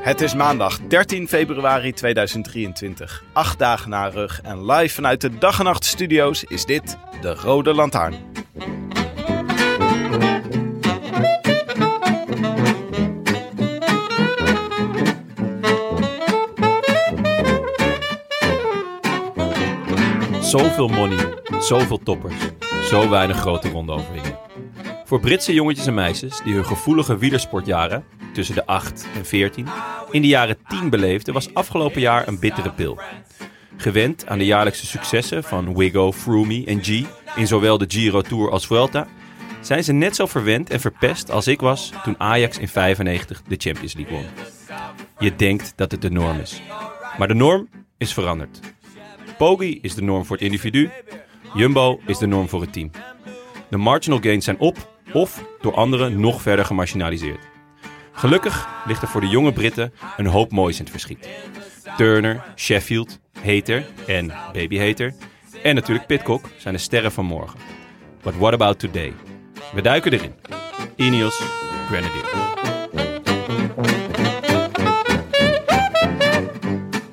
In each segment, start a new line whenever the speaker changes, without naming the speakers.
Het is maandag 13 februari 2023. Acht dagen na rug en live vanuit de dag en nacht studio's is dit de Rode Lantaarn.
Zoveel money, zoveel toppers, zo weinig grote rondeoverwinningen. Voor Britse jongetjes en meisjes die hun gevoelige wielersportjaren tussen de 8 en 14 in de jaren 10 beleefden, was afgelopen jaar een bittere pil. Gewend aan de jaarlijkse successen van Wigo, Froome en G in zowel de Giro Tour als Vuelta, zijn ze net zo verwend en verpest als ik was toen Ajax in 95 de Champions League won. Je denkt dat het de norm is. Maar de norm is veranderd. Pogi is de norm voor het individu. Jumbo is de norm voor het team. De marginal gains zijn op of door anderen nog verder gemarginaliseerd. Gelukkig ligt er voor de jonge Britten een hoop moois in het verschiet. Turner, Sheffield, Hater en Baby Hater en natuurlijk Pitcock zijn de sterren van morgen. But what about today? We duiken erin. Ineos Grenadier.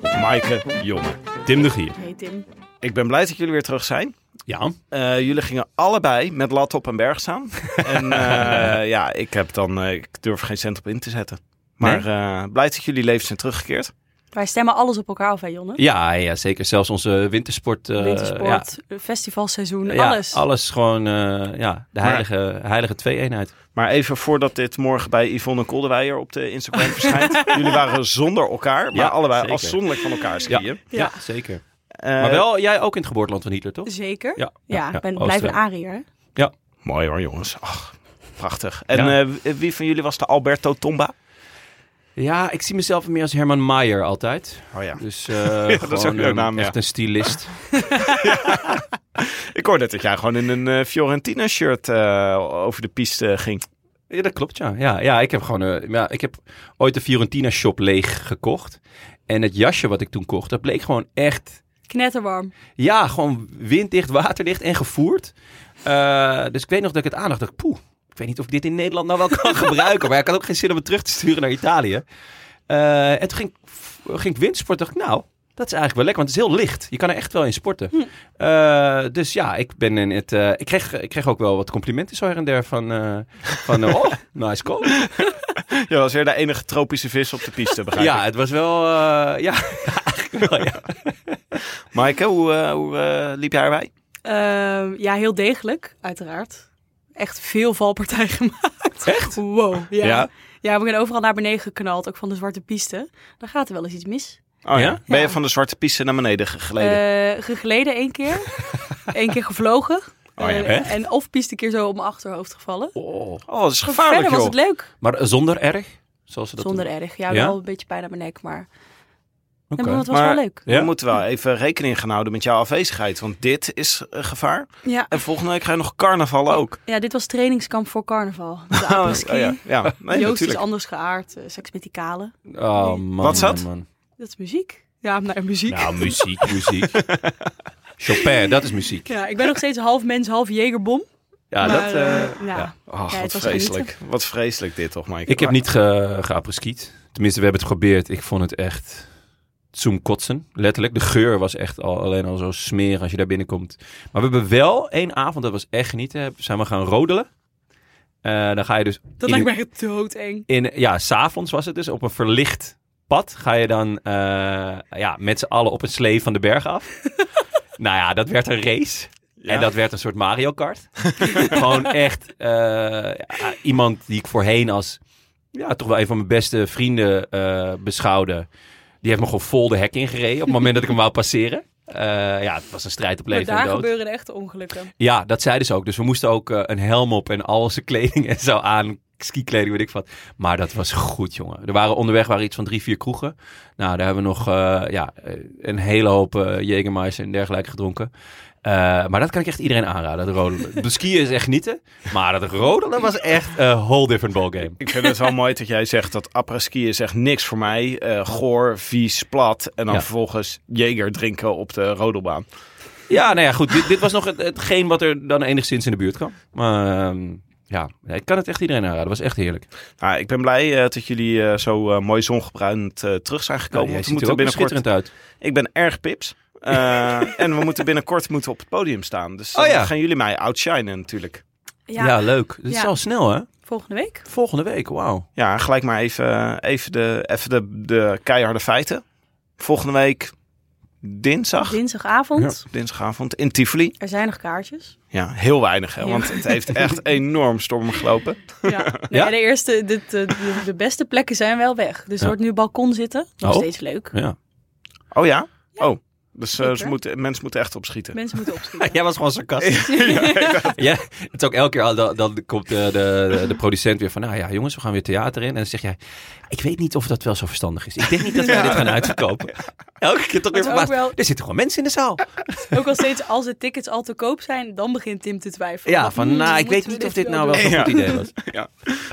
Maaike Jonge.
Tim de Gier.
Hey Tim.
Ik ben blij dat jullie weer terug zijn.
Ja,
Eh, jullie gingen allebei met lat op een berg staan. en eh, ja, ik heb dan, eh, ik durf geen cent op in te zetten. Maar eh, blij dat jullie levens zijn teruggekeerd.
Wij stemmen alles op elkaar af, hè Jonne?
ja, ja zeker. Zelfs onze wintersport. eh, ja.
Wintersport, festivalseizoen,
Ja,
alles.
alles gewoon, eh, ja, de
Maar-
heilige, heilige twee-eenheid.
Maar even voordat dit morgen bij Yvonne Koldewijer op de Instagram verschijnt. jullie waren zonder elkaar, maar
Ja,
allebei
zeker.
afzonderlijk van elkaar skiën.
Ja,
Ja.
zeker.
Eh,
maar wel jij ook in het geboorteland van Hitler, toch?
Zeker.
Ja,
Ja, ik ben, blijf een
Oostenrijk.
Ariër. hè?
Mooi hoor, jongens. Ach, prachtig. En
Ja.
eh, w- wie van jullie was de Alberto Tomba?
Ja, ik zie mezelf meer als Herman Maier altijd.
Oh ja.
Dus eh,
is
gewoon,
ook een leuke
ehm,
naam, ja.
echt een stylist.
Ik hoorde dat jij gewoon in een eh, Fiorentina-shirt eh, over de piste ging.
Ja, dat klopt, ja. Ja, ja, ik, heb gewoon, eh, ja ik heb ooit de Fiorentina-shop leeg gekocht. En het jasje wat ik toen kocht, dat bleek gewoon echt...
Knetterwarm.
Ja, gewoon winddicht, waterdicht en gevoerd. Eh, dus ik weet nog dat ik het aandacht dacht, poeh, ik weet niet of ik dit in Nederland nou wel kan gebruiken. Maar ik had ook geen zin om het terug te sturen naar Italië. Eh, en toen ging, ik f- ging ik windsport, dacht ik, nou, dat is eigenlijk wel lekker, want het is heel licht. Je kan er echt wel in sporten. Eh, dus ja, ik ben in het. eh, ik, kreeg, ik kreeg ook wel wat complimenten zo her en der van. eh, van eh, oh, nice coach.
Je was weer de enige tropische vis op de piste, begrijp
Ja,
ja.
het was wel. eh, ja, eigenlijk wel, ja.
Maaike, hoe, eh, hoe eh, liep jij erbij?
Ehm, ja, heel degelijk, uiteraard. Echt veel valpartijen gemaakt.
Echt?
Wow, ja.
Ja?
ja. we zijn overal naar beneden geknald, ook van de zwarte piste. Dan gaat er wel eens iets mis.
Oh
ja?
Ben je
Ja.
van de zwarte piste naar beneden gegleden?
Eh, gegleden één keer. Eén keer gevlogen.
Oh ja,
Eh,
echt?
en of piste een keer zo op mijn achterhoofd gevallen.
Oh.
oh, dat is gevaarlijk,
Verder was
joh.
het leuk.
Maar eh, zonder erg? Zoals ze dat
Zonder
doen.
erg. Ja,
Ja?
wel een beetje pijn aan mijn nek, maar
Oké.
Nee, maar het was
Maar-
wel leuk.
Ja?
We moeten wel even rekening gaan houden met jouw afwezigheid, want dit is eh, gevaar.
Ja.
En volgende week ga je nog carnaval ook. Oh,
ja, dit was trainingskamp voor carnaval. Dus De apres-ski.
ja, ja. Nee,
Joost is
natuurlijk.
anders geaard. eh, seks met die kale.
Oh, man,
Wat zat?
man, man.
Dat is muziek. Ja, nou, muziek.
Nou, muziek, muziek. Chopin, dat is muziek.
Ja, ik ben nog steeds half mens, half jegerbom.
Ja,
maar,
dat.
eh,
eh,
ja.
ja.
Ach,
Ja,
Oh, wat
het was
vreselijk. Wat vreselijk dit toch, Maaike.
Ik heb niet ge, geapreskiet. Tenminste, we hebben het geprobeerd. Ik vond het echt zoemkotsen. Letterlijk. De geur was echt al, alleen al zo smerig als je daar binnenkomt. Maar we hebben wel één avond, dat was echt genieten. heb- Zijn we gaan rodelen. Eh, dan ga je dus...
Dat
in,
lijkt mij echt doodeng.
in, Ja, s'avonds was het dus op een verlicht pad ga je dan eh, ja, met z'n allen op een slee van de berg af. nou ja, dat werd een race. En dat werd een soort Mario Kart. Gewoon echt eh, ja, iemand die ik voorheen als ja, toch wel een van mijn beste vrienden eh, beschouwde. Die heeft me gewoon vol de hek ingereden op het moment dat ik hem wou passeren. Eh, ja, het was een strijd op
Maar
leven en
daar
dood.
gebeuren de echte ongelukken.
Ja, dat zeiden ze ook. Dus we moesten ook eh, een helm op en al zijn kleding en zo aan. Skikleding, weet ik wat. Maar dat was goed, jongen. Er waren onderweg waren iets van drie, vier kroegen. Nou, daar hebben we nog eh, ja, eh, een hele hoop eh Jägermeister en dergelijke gedronken. Eh, maar dat kan ik echt iedereen aanraden, dat rodelen. De skiën is echt genieten. Maar dat rodelen was echt een whole different ballgame.
Ik vind het wel mooi dat jij zegt dat apres-ski is echt niks voor mij. Eh, goor, vies, plat. En dan
Ja.
vervolgens Jager drinken op de rodelbaan.
Ja, nou ja, goed. Dit, dit was nog het, hetgeen wat er dan enigszins in de buurt kwam. Maar ehm, ja, nee, ik kan het echt iedereen aanraden. Dat was echt heerlijk.
Nou, ik ben blij eh, dat jullie eh, zo eh, mooi zongebruind eh, terug zijn gekomen.
Jij
want we
ziet er
moeten
ook
binnenkort...
schitterend uit.
Ik ben erg pips. Eh, en we moeten binnenkort moeten op het podium staan. Dus dan
Oh ja.
gaan jullie mij outshinen natuurlijk.
Ja,
Ja,
leuk. Dat is
Ja.
al snel, hè?
volgende week.
Volgende week, wauw.
Ja, gelijk maar even, even, de, even de, de keiharde feiten. Volgende week dinsdag.
Dinsdagavond.
Dinsdagavond in Tivoli.
Er zijn nog kaartjes.
Ja, heel weinig, hè,
Ja.
want het heeft echt enorm storm gelopen.
Ja. Nee,
Ja?
De, eerste, de, de, de, de beste plekken zijn wel weg. Dus
Ja.
er wordt nu balkon zitten. Nog
Oh.
steeds leuk.
Ja.
Oh ja? Oh, dus eh,
Zeker.
ze moeten, mensen moeten echt opschieten.
Mensen moeten opschieten.
Jij was gewoon sarcastisch. ja, het is ook elke keer al, dan, dan komt de, de, de producent weer van, nou ja jongens, we gaan weer theater in. En dan zeg jij, ik weet niet of dat wel zo verstandig is. Ik denk niet dat wij dit gaan uitverkopen. Elke keer toch weer
Het is ook
verbaasd.
wel-
Er zitten gewoon mensen in de zaal.
Ook al steeds als de tickets al te koop zijn, dan begint Tim te twijfelen.
Ja, van,
Hmm,
nou, ik
moeten
weet
we
niet of dit nou
doen?
wel zo'n
Ja.
goed idee was.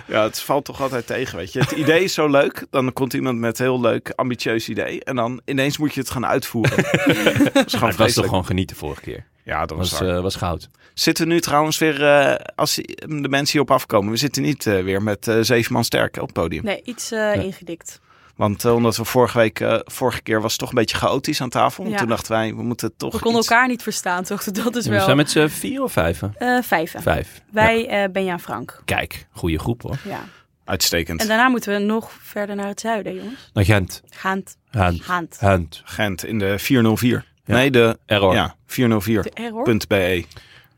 Ja, het valt toch altijd tegen, weet je. Het idee is zo leuk, dan komt iemand met een heel leuk, ambitieus idee. En dan ineens moet je het gaan uitvoeren. dat is gewoon
Maar het was toch
vreselijk.
gewoon genieten vorige keer.
Ja, dat was
was,
waar.
eh, was goud.
Zitten we nu trouwens weer, eh, als de mensen hierop afkomen, we zitten niet eh, weer met eh, zeven man sterk op het podium.
Nee, iets eh, ingedikt.
Want eh, omdat we vorige week, eh, vorige keer was het toch een beetje chaotisch aan tafel. En
Ja.
toen dachten wij, we moeten toch
We konden
iets-
elkaar niet verstaan, toch? Dat is
we
wel...
zijn met z'n vier of vijven?
eh, vijven.
Vijf. Ja.
Wij, eh Benja en Frank.
Kijk, goede groep hoor.
Ja.
Uitstekend.
En daarna moeten we nog verder naar het zuiden, jongens.
Naar Nou, Gent.
Gaand.
Hand.
Gaand.
Hand.
Gent in de 404.
Ja.
Nee, de
Error.
ja,
De
404.be.
error.
E.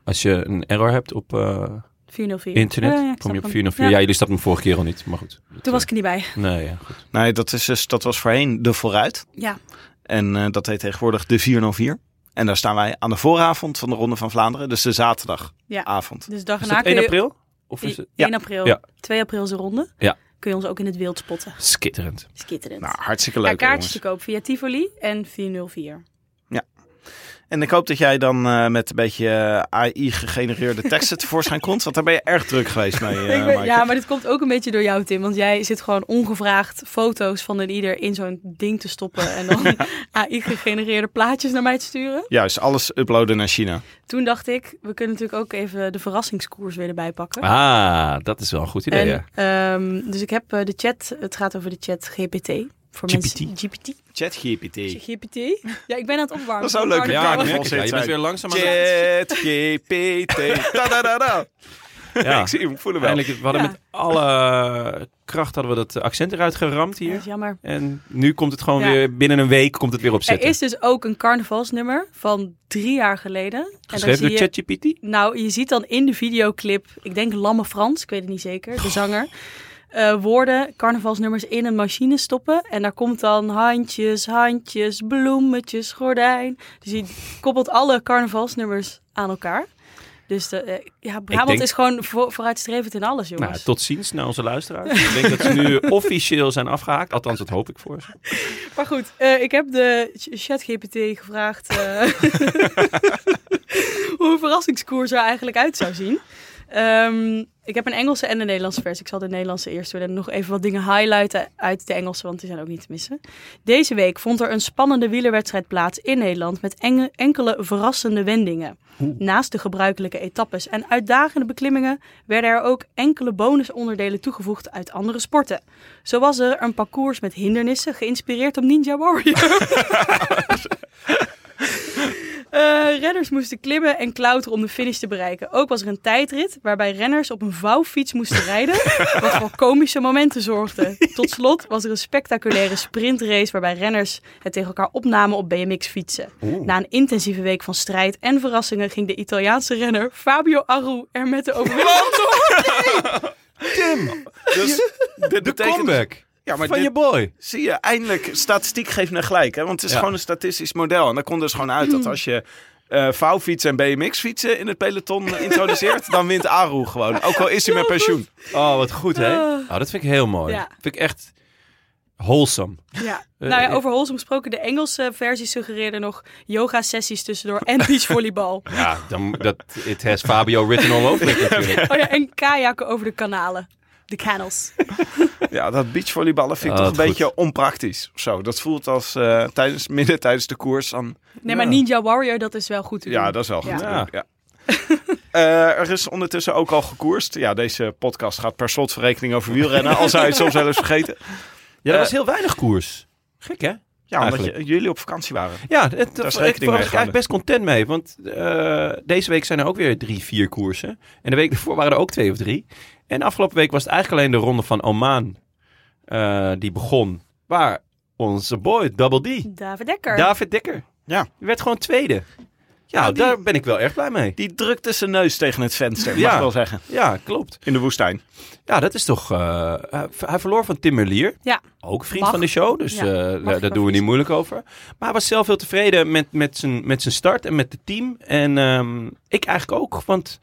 Als je een error hebt op... eh,
404.
Internet,
Oh, Ja, ja, ik
kom je
snap
op
hem.
404. Ja.
Ja.
jullie stapten hem vorige keer al niet, maar goed.
Toen was ik er niet bij.
Nee, ja, goed.
Nee, dat, is dus, dat was voorheen de vooruit.
Ja.
En eh, dat heet tegenwoordig de 404. En daar staan wij aan de vooravond van de Ronde van Vlaanderen. Dus de
ja.
zaterdagavond.
Dus dag
Ah. Is
en na
dat 1
kun je...
april? Of
Die-
is het...
1 april.
Ja.
2 april is de ronde.
Ja.
Kun je ons ook in het wild spotten.
Skitterend.
Skitterend.
Nou, hartstikke
ja,
leuk. hè,
kaartjes
jongens.
te koop via Tivoli en 404.
En ik hoop dat jij dan eh, met een beetje eh, AI-gegenereerde teksten tevoorschijn komt. Want daar ben je erg druk geweest mee. eh,
Ik ben-
Maaike.
ja, maar dit komt ook een beetje door jou, Tim. Want jij zit gewoon ongevraagd foto's van een ieder in zo'n ding te stoppen. En dan AI-gegenereerde plaatjes naar mij te sturen.
Juist, alles uploaden naar China.
Toen dacht ik, we kunnen natuurlijk ook even de verrassingskoers weer erbij pakken.
Ah, dat is wel een goed idee,
en,
ja.
ehm, dus ik heb eh, de chat, het gaat over de chat GPT. Voor
GPT.
Mensen, GPT.
ChatGPT.
GPT? Ja, ik ben aan het opwarmen.
Dat is zo leuk,
Ik
ja,
hou
ik
ervan.
merk het, ja. Je bent weer
langzaam
ChatGPT. Ta-da-da-da.
Ja.
Ik zie hem, ik voel hem wel.
Eindelijk, we hadden
Ja.
met alle eh, kracht hadden we dat accent eruit geramd
Ja, dat
hier.
is jammer.
En nu komt het gewoon
Ja.
weer, binnen een week komt het weer
Er
opzetten.
is dus ook een carnavalsnummer van drie jaar geleden. En daar
Geschreven
zie
door
je-
ChatGPT?
Nou, je ziet dan in de videoclip, ik denk Lamme Frans, ik weet het niet zeker, de zanger. eh, woorden, carnavalsnummers in een machine stoppen. En daar komt dan handjes, handjes, bloemetjes, gordijn. Dus je koppelt alle carnavalsnummers aan elkaar. Dus de, eh, ja, Brabant
denk-
is gewoon voor, vooruitstrevend in alles, jongens.
Nou, tot ziens naar onze luisteraars. ik denk dat ze nu officieel zijn afgehaakt. Althans, dat hoop ik voor ze.
Maar goed, eh, ik heb de ch- ChatGPT gevraagd eh, hoe een verrassingskoers er eigenlijk uit zou zien. Ehm, ik heb een Engelse en een Nederlandse versie. Ik zal de Nederlandse eerst doen en nog even wat dingen highlighten uit de Engelse, want die zijn ook niet te missen. Deze week vond er een spannende wielerwedstrijd plaats in Nederland met enge- enkele verrassende wendingen. Naast de gebruikelijke etappes en uitdagende beklimmingen werden er ook enkele bonusonderdelen toegevoegd uit andere sporten. Zo was er een parcours met hindernissen geïnspireerd op Ninja Warrior. Eh, renners moesten klimmen en klauteren om de finish te bereiken. Ook was er een tijdrit waarbij renners op een vouwfiets moesten rijden, wat voor komische momenten zorgde. Tot slot was er een spectaculaire sprintrace waarbij renners het tegen elkaar opnamen op BMX-fietsen. Na een intensieve week van strijd en verrassingen ging de Italiaanse renner Fabio Aru er met de overwinning van door.
Dus dit
De
betekent-
comeback
Ja, maar
van
dit
je boy.
zie je eindelijk. Statistiek geeft me gelijk. Hè? Want het is
Ja.
gewoon een statistisch model. En daar komt dus gewoon uit dat als je eh vouwfietsen en BMX-fietsen in het peloton eh, introduceert, dan wint Aru gewoon. Ook al is hij met pensioen.
Oh, wat goed, hè?
Ah.
Oh, dat vind ik heel mooi.
Ja.
Vind ik echt wholesome.
Ja.
Eh,
nou ja,
eh.
over Holsom gesproken, de Engelse versie suggereerde nog yoga-sessies tussendoor en beachvolleybal.
Ja, dan, dat, it has Fabio written all over it natuurlijk.
Oh ja, en kajakken over de kanalen. De canals.
Ja, dat beachvolleyballen vind ik
Ja,
toch een
dat is
beetje onpraktisch. of Zo, dat voelt als eh, tijdens, midden tijdens de koers. Dan,
Nee, maar Ninja Warrior, dat is wel goed te
ja,
doen.
dat is wel goed.
Ja.
Ja. Eh, er is ondertussen ook al gekoerst. Ja, deze podcast gaat per slotverrekening over wielrennen. al zou je het soms wel eens vergeten.
Ja,
Eh,
dat was heel weinig koers. Gek, hè?
Ja, omdat
Eigenlijk.
je- jullie op vakantie waren.
Ja, het,
Daar is
ik
rekening mee
ben ik
gehouden.
eigenlijk best content mee. Want eh, deze week zijn er ook weer drie, vier koersen. En de week daarvoor waren er ook twee of drie. En afgelopen week was het eigenlijk alleen de ronde van Oman. eh, die begon. Waar onze boy, Double D,
David Dekker.
David Dekker.
Ja.
Die werd gewoon tweede. Ja,
Ja, die-
daar ben ik wel erg blij mee.
Die drukte zijn neus tegen het venster, mag
Ja.
ik wel zeggen.
Ja, klopt.
In de woestijn.
Ja, dat is toch... eh, hij, hij verloor van Tim Merlier.
Ja.
Ook vriend
Mag.
van de show, dus
Ja,
eh,
mag ik wel
daar daar doen we niet
kiezen.
moeilijk over. Maar hij was zelf heel tevreden met, met, zijn, met zijn start en met het team. En ehm, ik eigenlijk ook, want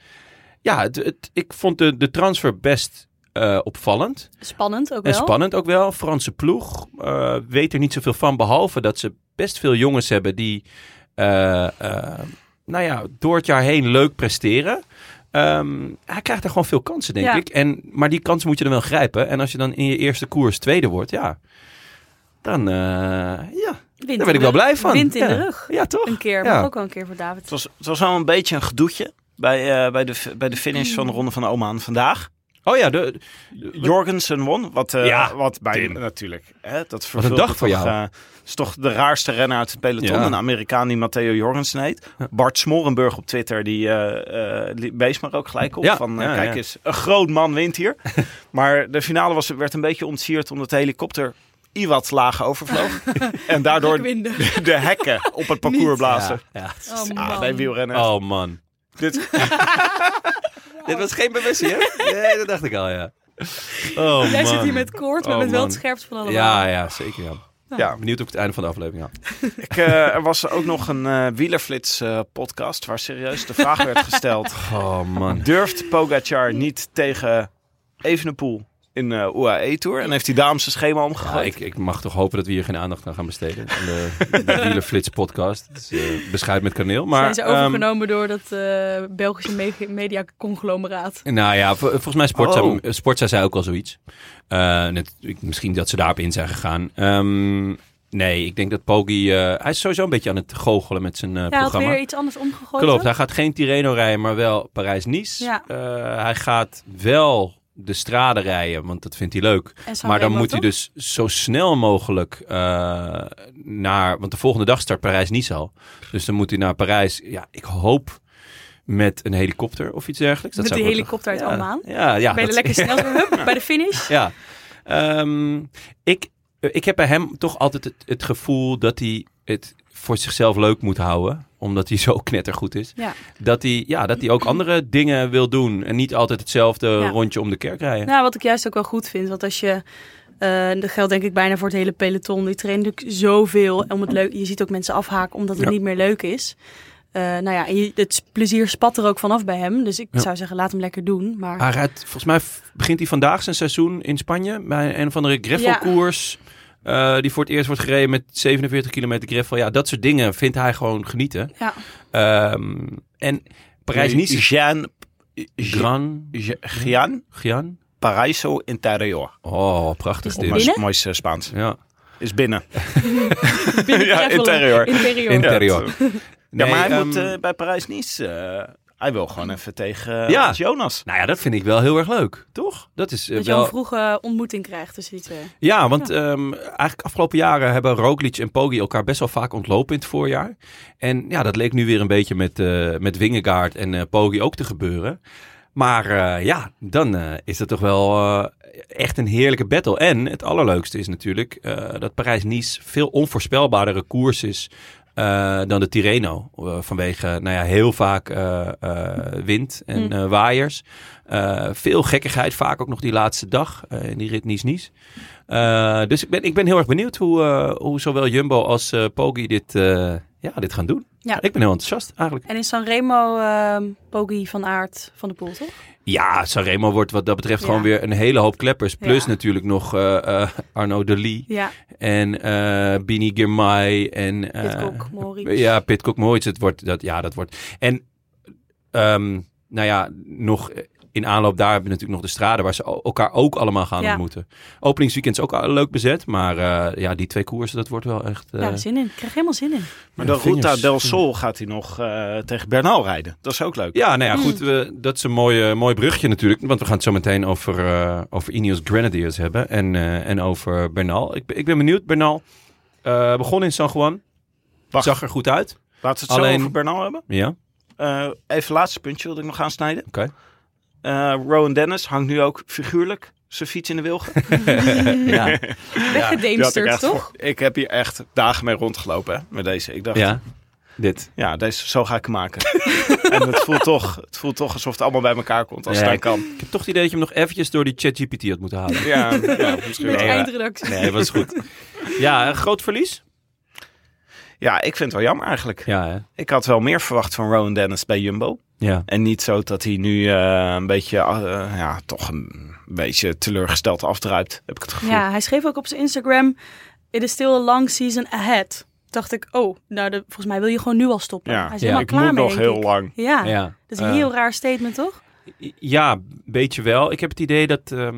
ja, het, het- ik vond de, de transfer best eh, opvallend.
Spannend ook
En
wel.
spannend ook wel. Franse ploeg eh, weet er niet zoveel van, behalve dat ze best veel jongens hebben die eh, eh, nou ja, door het jaar heen leuk presteren. Ehm, hij krijgt er gewoon veel kansen, denk
Ja.
ik. En, maar die kansen moet je dan wel grijpen. En als je dan in je eerste koers tweede wordt, ja, dan, eh, ja, daar
Wind in
ben ik wel
de-
blij van.
Wind in
Ja.
de rug.
Ja, toch?
Een keer,
Ja.
maar ook wel een keer voor David.
Het was, het was wel een beetje een gedoetje bij, eh, bij, de, f- bij de finish van de Ronde van Oman vandaag.
Oh ja, de,
Jorgensen won, wat, eh,
Ja,
wat bij
Tim.
natuurlijk. Hè, dat vervulde
dag voor
toch,
jou.
eh, is toch de raarste renner uit het peloton.
Ja.
Een Amerikaan die Matteo Jorgensen heet. Bart Smorenburg op Twitter, die eh, eh, li- wees maar ook gelijk op.
Ja,
van, eh,
ja,
kijk
ja.
eens, een groot man wint hier. maar de finale was, werd een beetje ontsierd omdat de helikopter iwat laag overvloog. en daardoor
Winden.
de hekken op het parcours blazen.
ja.
Oh, man.
Ah, bij wielrennen.
Oh man.
Dit-
Dit was geen bewustzijn, hè? Nee, dat dacht ik al, ja. Oh,
Jij
man.
zit hier met koorts, maar
Oh,
met wel
man.
het scherpst van allemaal.
Ja, ja, zeker. Ja.
Ja,
Benieuwd of ik het einde van de aflevering had.
ik, eh, er was ook nog een eh, wielerflits eh, podcast waar serieus de vraag werd gesteld.
Oh man.
Durft Pogacar niet tegen Evenepoel in eh, de UAE E Tour? En heeft hij daarom zijn schema omgegooid?
ik, ik mag toch hopen dat we hier geen aandacht aan gaan besteden. Aan de, de Wielerflits podcast. Het is, eh, beschuit met kaneel. Maar,
Zijn ze
ehm,
overgenomen door dat eh, Belgische me- mediaconglomeraat.
nou ja, vo- volgens mij Sportza,
Oh.
eh, Sportza zei ook al zoiets. Eh, net- ik- misschien dat ze daarop in zijn gegaan. Ehm, nee, ik denk dat Poggi... eh, hij is sowieso een beetje aan het goochelen met zijn eh,
Ja, hij had
programma.
weer iets anders omgegooid.
Klopt,
toch?
hij gaat geen Tirreno rijden, maar wel Parijs-Nice.
Ja.
Eh, hij gaat wel de straden rijden, want dat vindt hij leuk.
En Sanremo,
Maar dan moet hij
toch?
dus zo snel mogelijk eh, naar... Want de volgende dag start Parijs-Nice al. Dus dan moet hij naar Parijs. Ja, ik hoop met een helikopter of iets dergelijks.
Met
Dus zou
die
ik wel
helikopter uit
ja,
Oman?
Ja, ja.
ben je
dat-
lekker snel weer, hup, bij de finish.
ja. Ehm, ik, ik heb bij hem toch altijd het, het gevoel dat hij het voor zichzelf leuk moet houden. Omdat hij zo knettergoed is.
Ja.
Dat, hij, ja, dat hij ook andere dingen wil doen. En niet altijd hetzelfde
Ja.
rondje om de kerk rijden.
Nou, wat ik juist ook wel goed vind, want als je... eh dat geldt denk ik bijna voor het hele peloton. Die trainen natuurlijk zoveel. Om het leuk, je ziet ook mensen afhaken omdat het
Ja.
niet meer leuk is. Eh, nou ja, en je- het plezier spat er ook vanaf bij hem. Dus ik
Ja. Ah.
zou zeggen, laat hem lekker doen. Maar
Hij rijdt, volgens mij f- begint hij vandaag zijn seizoen in Spanje. Bij een of andere greffelkoers. eh, die voor het eerst wordt gereden met 47 kilometer greffel. Ja, dat soort dingen vindt hij gewoon genieten.
ja,
Ehm, en Parijs-Nice...
Jean,
Gran...
Je- Gian
Gian?
Paraiso Interior.
Oh, prachtig
Is
dit.
het binnen?
Mooi, mooi eh, Spaans.
Ja.
Is binnen.
binnen
Ja,
Greffelen.
interieur.
Interieur.
Interior.
ja, maar hij
ehm,
moet eh, bij Parijs-Nice eh, Hij wil gewoon even tegen eh,
Ja.
ons Jonas.
Nou ja, dat vind ik wel heel erg leuk, toch? Dat is eh,
Dat je
wel...
een vroege ontmoeting krijgt tussen die twee.
Ja, want ehm, eigenlijk afgelopen jaren hebben Roglic en Poggi elkaar best wel vaak ontlopen in het voorjaar. En ja, dat leek nu weer een beetje met, eh met Wingegaard en eh Poggi ook te gebeuren. Maar eh, ja, dan eh, is het toch wel eh, echt een heerlijke battle. En het allerleukste is natuurlijk eh, dat Parijs-Nice veel onvoorspelbaardere koers is eh, dan de Tirreno. Eh, vanwege nou ja, heel vaak eh, eh, wind en
Mm.
eh, waaiers. Eh, veel gekkigheid, vaak ook nog die laatste dag eh, in die rit Nice-Nice. Eh, dus ik ben, ik ben heel erg benieuwd hoe, eh, hoe zowel Jumbo als eh Poggi dit, eh, ja, dit gaan doen.
Ja.
Ik ben heel enthousiast eigenlijk.
En in Sanremo ehm Poggi van Aert van de Poel, toch?
Ja, Sanremo wordt wat dat betreft
Ja.
gewoon weer een hele hoop kleppers. Plus
Ja.
natuurlijk nog eh, eh, Arno Delis
Ja,
en eh Bini Girmay en... eh,
Pitcock, Moric.
Ja, Pitcock Moritz. Het wordt, dat, ja, dat wordt... En ehm, nou ja, nog in aanloop daar hebben we natuurlijk nog de straden... waar ze el- elkaar ook allemaal gaan
Ja.
ontmoeten. Openingsweekend is ook al leuk bezet. Maar eh, ja, die twee koersen, dat wordt wel echt... eh,
Ja, zin in. Ik krijg helemaal zin in.
Maar
Ja,
de Ruta
vingers.
del Sol gaat hij nog eh, tegen Bernal rijden. Dat is ook leuk.
Ja, nou ja, goed. we- dat is een mooi, eh, mooi brugje natuurlijk. Want we gaan het zo meteen over, eh, over Ineos Grenadiers hebben. En, eh, en over Bernal. Ik, ben- ik ben benieuwd. Bernal eh, begon in San Juan.
Wacht.
Zag er goed uit.
Laten we het
Alleen-
zo over Bernal hebben.
Ja.
Eh, even laatste puntje wilde ik nog aansnijden.
Oké.
Eh, Rowan Dennis hangt nu ook figuurlijk zijn fiets in de wilgen.
ja.
Weggedemsterd, toch?
Ik heb hier echt dagen mee rondgelopen hè, met deze. Ik dacht, ja,
ja. Dit.
deze, zo ga ik hem maken. en het voelt, toch, het voelt toch alsof het allemaal bij elkaar komt als
Ja.
het hij kan.
Ik heb toch het idee dat je hem nog eventjes door die ChatGPT had moeten halen.
Ja, ja, misschien
Met
wel.
eindredactie.
Nee, was goed. Ja, een groot verlies.
ja, ik vind het wel jammer eigenlijk.
Ja, hè?
Ik had wel meer verwacht van Rowan Dennis bij Jumbo.
ja.
En niet zo dat hij nu eh, een beetje, eh, ja, toch een beetje teleurgesteld afdruipt, heb ik het gevoel.
Ja, hij schreef ook op zijn Instagram: It is still a long season ahead. Dacht ik, oh, nou, de, volgens mij wil je gewoon nu al stoppen.
Ja.
Hij
Ja.
is helemaal
Ik
klaar
moet
mee,
nog
denk
heel
ik.
lang.
Ja,
ja.
dat is een heel raar statement, toch?
Ah. Ja, beetje wel. Ik heb het idee dat ehm,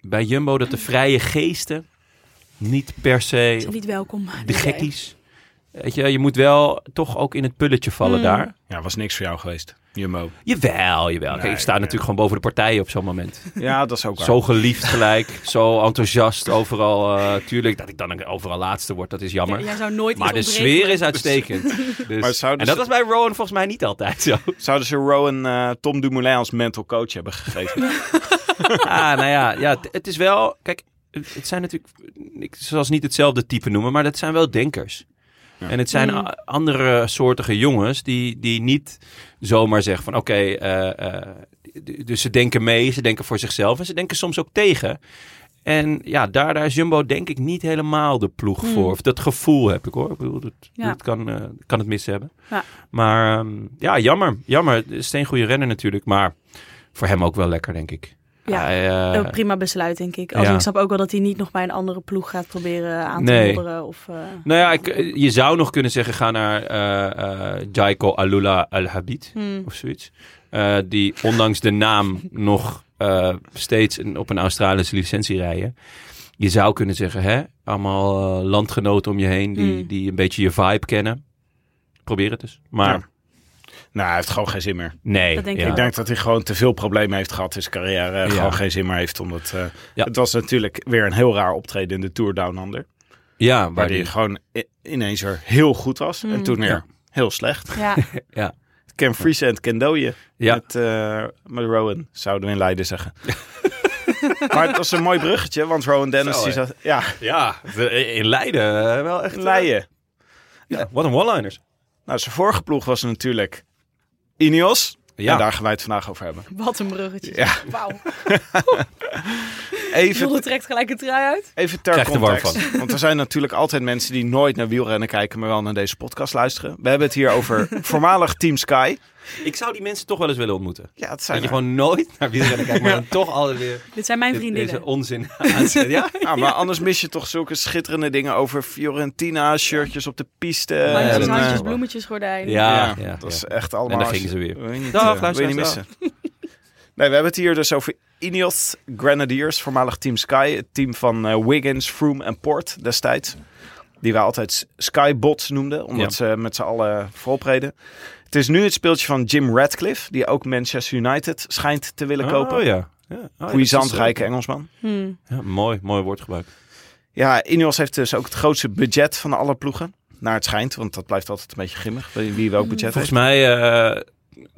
bij Jumbo dat de vrije geesten niet per se...
Ze Ah, niet welkom.
De gekkies. Weet je, je moet wel toch ook in het pulletje vallen
Mm.
daar.
Ja, was niks voor jou geweest, Jumbo.
Jawel, jawel. Kijk,
Nee,
ik sta
nee.
natuurlijk gewoon boven de partijen op zo'n moment.
Ja, dat is ook waar.
Zo geliefd gelijk, zo enthousiast overal. eh, tuurlijk, dat ik dan overal laatste word, dat is jammer.
Jij zou nooit
Maar de
iets
sfeer
ontregelen.
is uitstekend. Dus-
Maar zouden
en dat
ze-
was bij Rowan volgens mij niet altijd zo.
Zouden ze Rowan eh Tom Dumoulin als mental coach hebben gegeven?
ah, nou ja, ja het, het is wel... Kijk, het het zijn natuurlijk... Ik zal ze niet hetzelfde type noemen, maar dat zijn wel denkers. En het zijn
Mm.
a- andere soortige jongens die, die niet zomaar zeggen van... Oké, eh, eh, d- dus ze denken mee, ze denken voor zichzelf en ze denken soms ook tegen. En ja, daar, daar is Jumbo denk ik niet helemaal de ploeg
Mm.
voor. Of dat gevoel heb ik hoor. Ik bedoel, dat,
Ja.
dat kan, eh, kan het mis hebben.
Ja.
Maar ehm, ja, jammer. Jammer. Steen goede renner natuurlijk. Maar voor hem ook wel lekker, denk ik.
Ja.
Hij, eh,
Een prima besluit, denk ik. Als
ja.
Ik snap ook wel dat hij niet nog bij een andere ploeg gaat proberen aan te
Nee.
modderen. Of, eh,
nou ja, ik, je zou nog kunnen zeggen, ga naar eh eh, Jaiko Alula Al-Habid
hmm.
of zoiets. Eh, die ondanks de naam nog eh, steeds een- op een Australische licentie rijden. Je zou kunnen zeggen, hè, allemaal eh, landgenoten om je heen die,
Mm.
die een beetje je vibe kennen. Probeer het dus. Maar
Ja. nou, hij heeft gewoon geen zin meer.
nee.
Dat denk
ja.
ik
Ik denk dat hij gewoon te veel problemen heeft gehad in zijn carrière. En
Ja.
gewoon geen zin meer heeft. Omdat, eh,
Ja.
Het was natuurlijk weer een heel raar optreden in de Tour Down Under.
Ja,
Waar
waar
hij
die...
gewoon i- ineens er heel goed was.
Mm.
En toen weer
Ja.
heel slecht.
Ja,
Ken Friese en Ken Dooyen
Ja,
met, eh, met Rowan, zouden we in Leiden zeggen. maar het was een mooi bruggetje, want Rowan Dennis
Zo,
die
hè.
zat... Ja,
ja in Leiden eh, wel echt... eh,
Leiden.
ja, wat een one-liners.
Nou, zijn vorige ploeg was natuurlijk Ineos.
Ja.
En daar gaan wij het vandaag over hebben.
wat een bruggetje.
Ja.
Wauw. Jolle
Even,
trekt gelijk een trui uit.
even ter
Krijg er warm
context. Want er zijn natuurlijk altijd mensen die nooit naar wielrennen kijken, maar wel naar deze podcast luisteren. We hebben het hier over voormalig Team Sky.
Ik zou die mensen toch wel eens willen ontmoeten.
Ja, het zijn
Dat je
er.
gewoon nooit naar wielrennen kijkt, maar dan toch altijd weer
Dit zijn mijn
dit- deze
vriendinnen.
onzin aanzet. Ja?
Ja, maar anders mis je toch zulke schitterende dingen over Fiorentina, shirtjes op de piste.
Ja,
Handjes,
dat-
handjes,
en, eh,
bloemetjes, gordijn.
Ja, ja,
dat
ja.
is echt allemaal...
En daar gingen ze weer.
Wil je niet,
Dag,
eh,
luisteraars,
wil je niet missen. Nee, we hebben het hier dus over Ineos Grenadiers, voormalig Team Sky. Het team van eh, Wiggins, Froome en Port destijds. Die we altijd Skybots noemden, omdat ze met z'n allen voorpreden. Het is nu het speeltje van Jim Radcliffe, die ook Manchester United schijnt te willen kopen.
Oh, ja. ja. Oh, ja,
Puissant,
dat is, eh,
rijke Engelsman.
Hmm.
Ja, mooi, mooi woordgebruik.
Ja, Ineos heeft dus ook het grootste budget van alle ploegen. Naar het schijnt, want dat blijft altijd een beetje grimmig. Wie wie welk budget heeft.
Volgens mij, eh,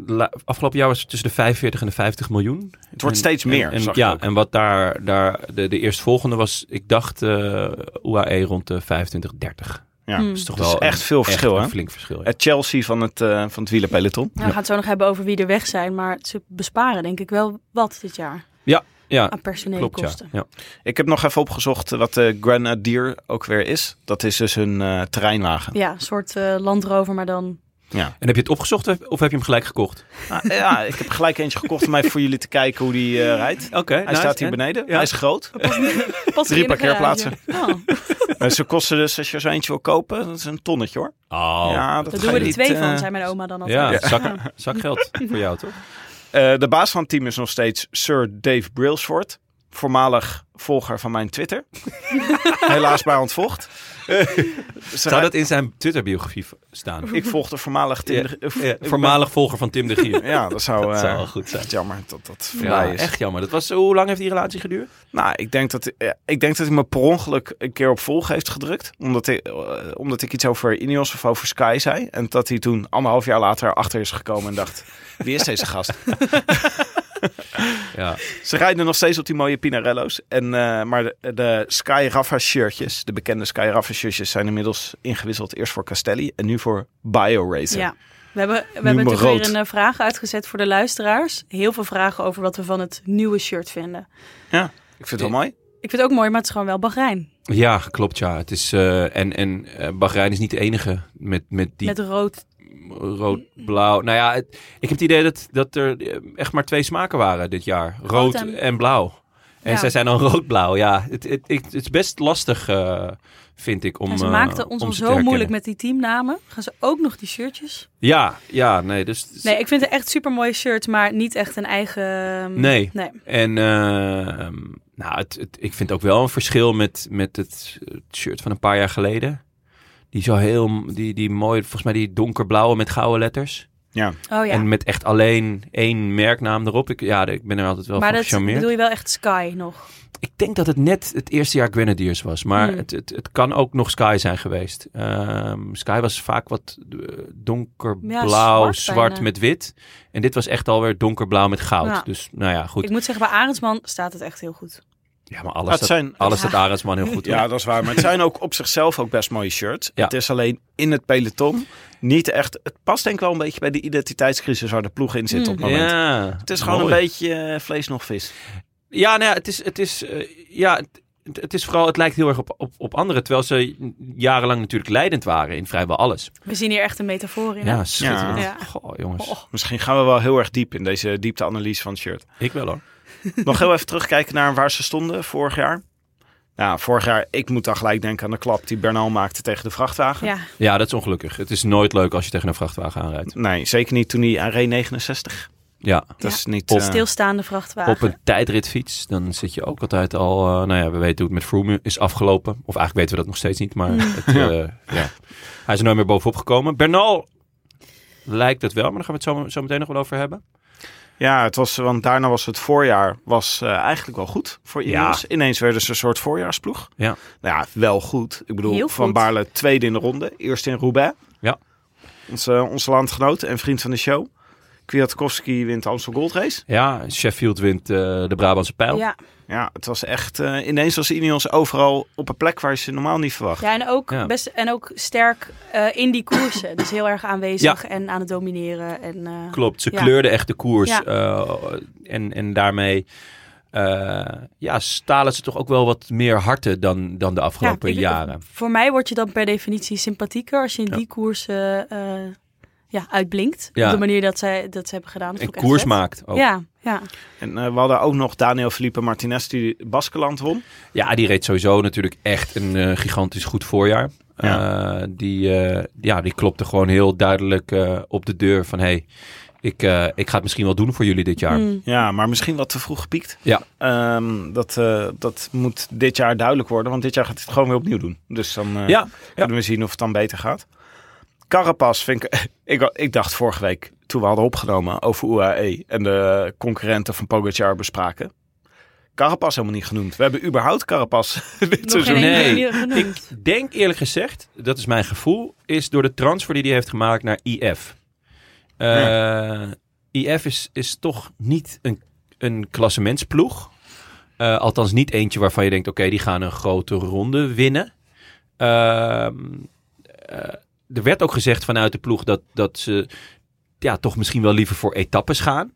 la- afgelopen jaar was het tussen de 45 en de 50 miljoen.
Het wordt
En-
steeds
en-
meer,
En,
zag
ja,
ik ook.
en wat daar, daar de, de eerstvolgende was, ik dacht eh UAE rond de 25, 30.
Ja.
Hmm.
Dat is toch
Dat
wel
is echt veel verschil,
een
hè?
flink verschil. ja.
Het Chelsea van het, eh van het wielerpeloton.
Nou, we gaan het zo nog hebben over wie er weg zijn. Maar ze besparen denk ik wel wat dit jaar
Ja,
aan personele
klopt ja.
kosten.
ja.
Ik heb nog even opgezocht eh, wat de Grenadier ook weer is. Dat is dus een eh, terreinwagen.
Ja, een soort eh landrover, maar dan...
En heb je het opgezocht of- of heb je hem gelijk gekocht?
Ah, ja, ik heb gelijk eentje gekocht om even voor jullie te kijken hoe die eh, rijdt.
Oké,
Hij staat hier beneden. Hij is groot.
Pas
Drie
in de garage.
parkeerplaatsen.
Oh.
Eh, ze kosten dus, als je zo eentje wil kopen, dat is een tonnetje hoor.
Oh, ja,
Ja,
Daar
ga
doen we
je
er twee
niet, eh,
van, zei mijn oma dan altijd.
ja, Zak, zakgeld voor jou toch?
Eh, de baas van het team is nog steeds Sir Dave Brailsford. Voormalig volger van mijn Twitter. Helaas bij ontvocht. Ze
Zou
rijdt-
dat in zijn Twitter-biografie v- staan?
Ik volgde voormalig Tim de- eh,
Ja, voormalig volger van Tim de Gier.
Ja, dat zou,
Dat
eh,
zou wel goed zijn.
het is jammer dat dat
Ja,
vrij is.
echt jammer. Dat was, hoe lang heeft die relatie geduurd?
Nou, ik denk dat, ja, ik denk dat hij me per ongeluk een keer op volg heeft gedrukt. Omdat ik, eh, omdat ik iets over Ineos of over Sky zei. En dat hij toen anderhalf jaar later achter is gekomen en dacht... Wie is deze gast?
Ja.
Ze rijden nog steeds op die mooie Pinarello's. En, eh, maar de, de Sky Rafa shirtjes, de bekende Sky Rafa shirtjes... zijn inmiddels ingewisseld. Eerst voor Castelli en nu voor BioRacer.
Ja. We hebben, we hebben natuurlijk
rood.
weer een eh, vraag uitgezet voor de luisteraars. Heel veel vragen over wat we van het nieuwe shirt vinden.
Ik vind het wel mooi.
Ik vind het ook mooi, maar het is gewoon wel Bahrein.
ja, klopt ja. Het is, eh, en en eh, Bahrein is niet de enige met, met die
Met rood.
rood-blauw. Nou ja, het- ik heb het idee dat, dat er eh, echt maar twee smaken waren dit jaar. Rood, en...
en-
blauw. En
Ja.
zij zijn dan rood-blauw. Ja, het, het, het, het is best lastig, eh, vind ik, om
en ze
eh,
maakten ons
om ze
al
te
zo
herkennen.
moeilijk met die teamnamen. Gaan ze ook nog die shirtjes?
Ja, ja, nee. Dus,
Nee, ik vind het echt super mooi shirt, maar niet echt een eigen. ehm,
Nee.
nee.
En eh, nou, het, het- ik vind ook wel een verschil met, met het eh, shirt van een paar jaar geleden. Die zo heel, m- die, die mooi, volgens mij die donkerblauwe met gouden letters.
Ja.
Oh ja.
En met echt alleen één merknaam erop. Ik, ja, ik ben er altijd wel
maar
van
dat
gecharmeerd.
bedoel je wel echt Sky nog.
Ik denk dat het net het eerste jaar Grenadiers was. Maar
Hmm.
het, het, het kan ook nog Sky zijn geweest. Ehm, Sky was vaak wat eh,
Ja,
donkerblauw,
zwart
zwart
bijna.
met wit. En dit was echt alweer donkerblauw met goud.
Ja.
Dus nou ja, goed.
Ik moet zeggen, bij Arendsman staat het echt heel goed.
Ja, maar
Dat
alles, dat,
zijn,
alles dat Arendsman heel goed.
Ja, dat is waar. Maar het zijn ook op zichzelf ook best mooie shirts.
Ja.
Het is alleen in het peloton niet echt... Het past denk ik wel een beetje bij de identiteitscrisis waar de ploeg in zit op het moment.
Hmm. Ja,
Het is gewoon
Mooi.
een beetje eh, vlees nog vis.
Ja, nou ja, het is, het is, eh, ja, het, het is vooral, het lijkt heel erg op, op, op anderen. Terwijl ze jarenlang natuurlijk leidend waren in vrijwel alles.
We zien hier echt een metafoor in. hè?
Ja, schitterend.
Ja.
Goh, jongens.
Oh.
Misschien gaan we wel heel erg diep in deze diepteanalyse van het shirt.
Ik wel hoor.
Nog heel even terugkijken naar waar ze stonden vorig jaar. Nou, vorig jaar, ik moet dan gelijk denken aan de klap die Bernal maakte tegen de vrachtwagen.
Ja.
Ja, dat is ongelukkig. Het is nooit leuk als je tegen een vrachtwagen aanrijdt.
Nee, zeker niet toen hij aan reed 69.
Ja.
Dat
Ja.
is niet...
Op-
eh,
Stilstaande vrachtwagen.
Op een tijdritfiets, dan zit je ook altijd al... eh, nou ja, we weten hoe het met Froome is afgelopen. Of eigenlijk weten we dat nog steeds niet, maar het, eh, ja. hij is er nooit meer bovenop gekomen. Bernal lijkt het wel, maar daar gaan we het zo, zo meteen nog wel over hebben.
Ja, het was, want daarna was het voorjaar was, eh, eigenlijk wel goed voor
Ja.
Ineos. Ineens werden ze een soort voorjaarsploeg.
Ja.
Nou ja, wel goed. Ik bedoel,
Heel
Van
goed.
Baarle tweede in de ronde. Eerst in Roubaix.
Ja.
Onze, onze landgenoot en vriend van de show. Kwiatkowski wint de Amstel Gold Race.
Ja, Sheffield wint eh, de Brabantse pijl.
Ja.
Ja, het was echt... eh, ineens was Ineos overal op een plek waar je ze normaal niet verwacht.
Ja, en ook,
Ja.
Best, en ook sterk eh, in die koersen. Dus heel erg aanwezig en aan het domineren. En, eh,
Klopt, ze
Ja.
kleurden echt de koers.
Ja.
eh, en, en daarmee eh, ja, stalen ze toch ook wel wat meer harten dan, dan de afgelopen
ik-
jaren.
Voor mij word je dan per definitie sympathieker als je in die koersen eh, ja, uitblinkt.
Ja.
Op de manier dat zij dat ze hebben gedaan. Dat
En
vond ik
koers
echt vet.
maakt ook. Ja.
Ja, ja.
En eh, we hadden ook nog Daniel Felipe Martinez die Baskeland won.
die reed sowieso natuurlijk echt een eh, gigantisch goed voorjaar.
Ja.
Eh, die, eh, ja, die klopte gewoon heel duidelijk eh, op de deur van... Hey, Ik, eh, ik ga het misschien wel doen voor jullie dit jaar.
Mm.
Ja, maar misschien wat te vroeg gepiekt.
Ja.
Ehm, dat, eh, dat moet dit jaar duidelijk worden, want dit jaar gaat hij het gewoon weer opnieuw doen. Dus dan eh,
Ja,
kunnen we zien of het dan beter gaat. Carapas vind ik, ik... Ik dacht vorige week, toen we hadden opgenomen over UAE en de concurrenten van Pogacar bespraken. Carapas helemaal niet genoemd. We hebben überhaupt Carapas dit
Nog
seizoen.
geen
nee.
enkele genoemd.
denk eerlijk gezegd, dat is mijn gevoel, is door de transfer die hij heeft gemaakt naar IF. Eh, IF is, is toch niet een, een klassementsploeg. Eh, althans niet eentje waarvan je denkt, oké, die gaan een grote ronde winnen. Ehm, eh, er werd ook gezegd vanuit de ploeg dat, dat ze ja, toch misschien wel liever voor etappes gaan.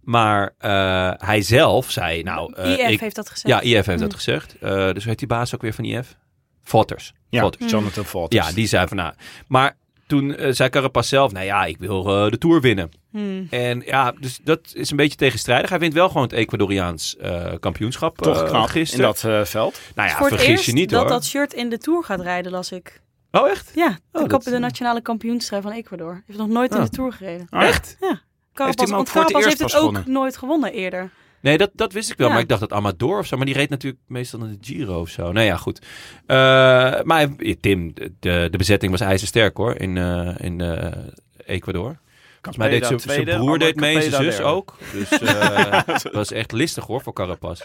Maar eh, hij zelf zei, nou... eh,
IF
ik,
heeft dat gezegd.
ja, IF heeft dat
Mm.
gezegd. Eh, dus hoe heet die baas ook weer van IF? Fotters.
Ja,
Fotters.
Jonathan Valters.
Ja, die zei van nou. Maar toen eh, zei Carapaz zelf, nou ja, ik wil eh, de Tour winnen.
Mm.
En ja, dus dat is een beetje tegenstrijdig. Hij wint wel gewoon het Ecuadoriaans eh, kampioenschap
Toch
eh,
knap
gisteren.
in dat eh, veld.
nou ja,
Voor het
vergis
eerst
je niet
dat
hoor.
dat shirt in de Tour gaat rijden, las ik.
Oh echt?
Ja, de,
dat
kap-
is,
de
eh,
nationale kampioenstrijd van Ecuador. Hij heeft nog nooit in
Ah.
de Tour gereden.
Ah,
Echt?
Heeft hij
Carapaz,
hem ook
want
voor het
Carapaz
eerst
heeft het
pas
ook
gewonnen?
nooit gewonnen eerder.
Nee, dat, dat wist ik wel.
Ja.
Maar ik dacht dat Amador of zo. Maar die reed natuurlijk meestal in de Giro of zo. Nou ja, goed. Eh, maar hij- Tim, de, de bezetting was ijzersterk hoor. In, eh, in eh, Ecuador. Volgens mij deed
Capeda
zijn- zijn
tweede,
broer deed mee, zijn
Capeda
zus
derde.
ook. Dus eh, dat was echt listig hoor voor Carapaz.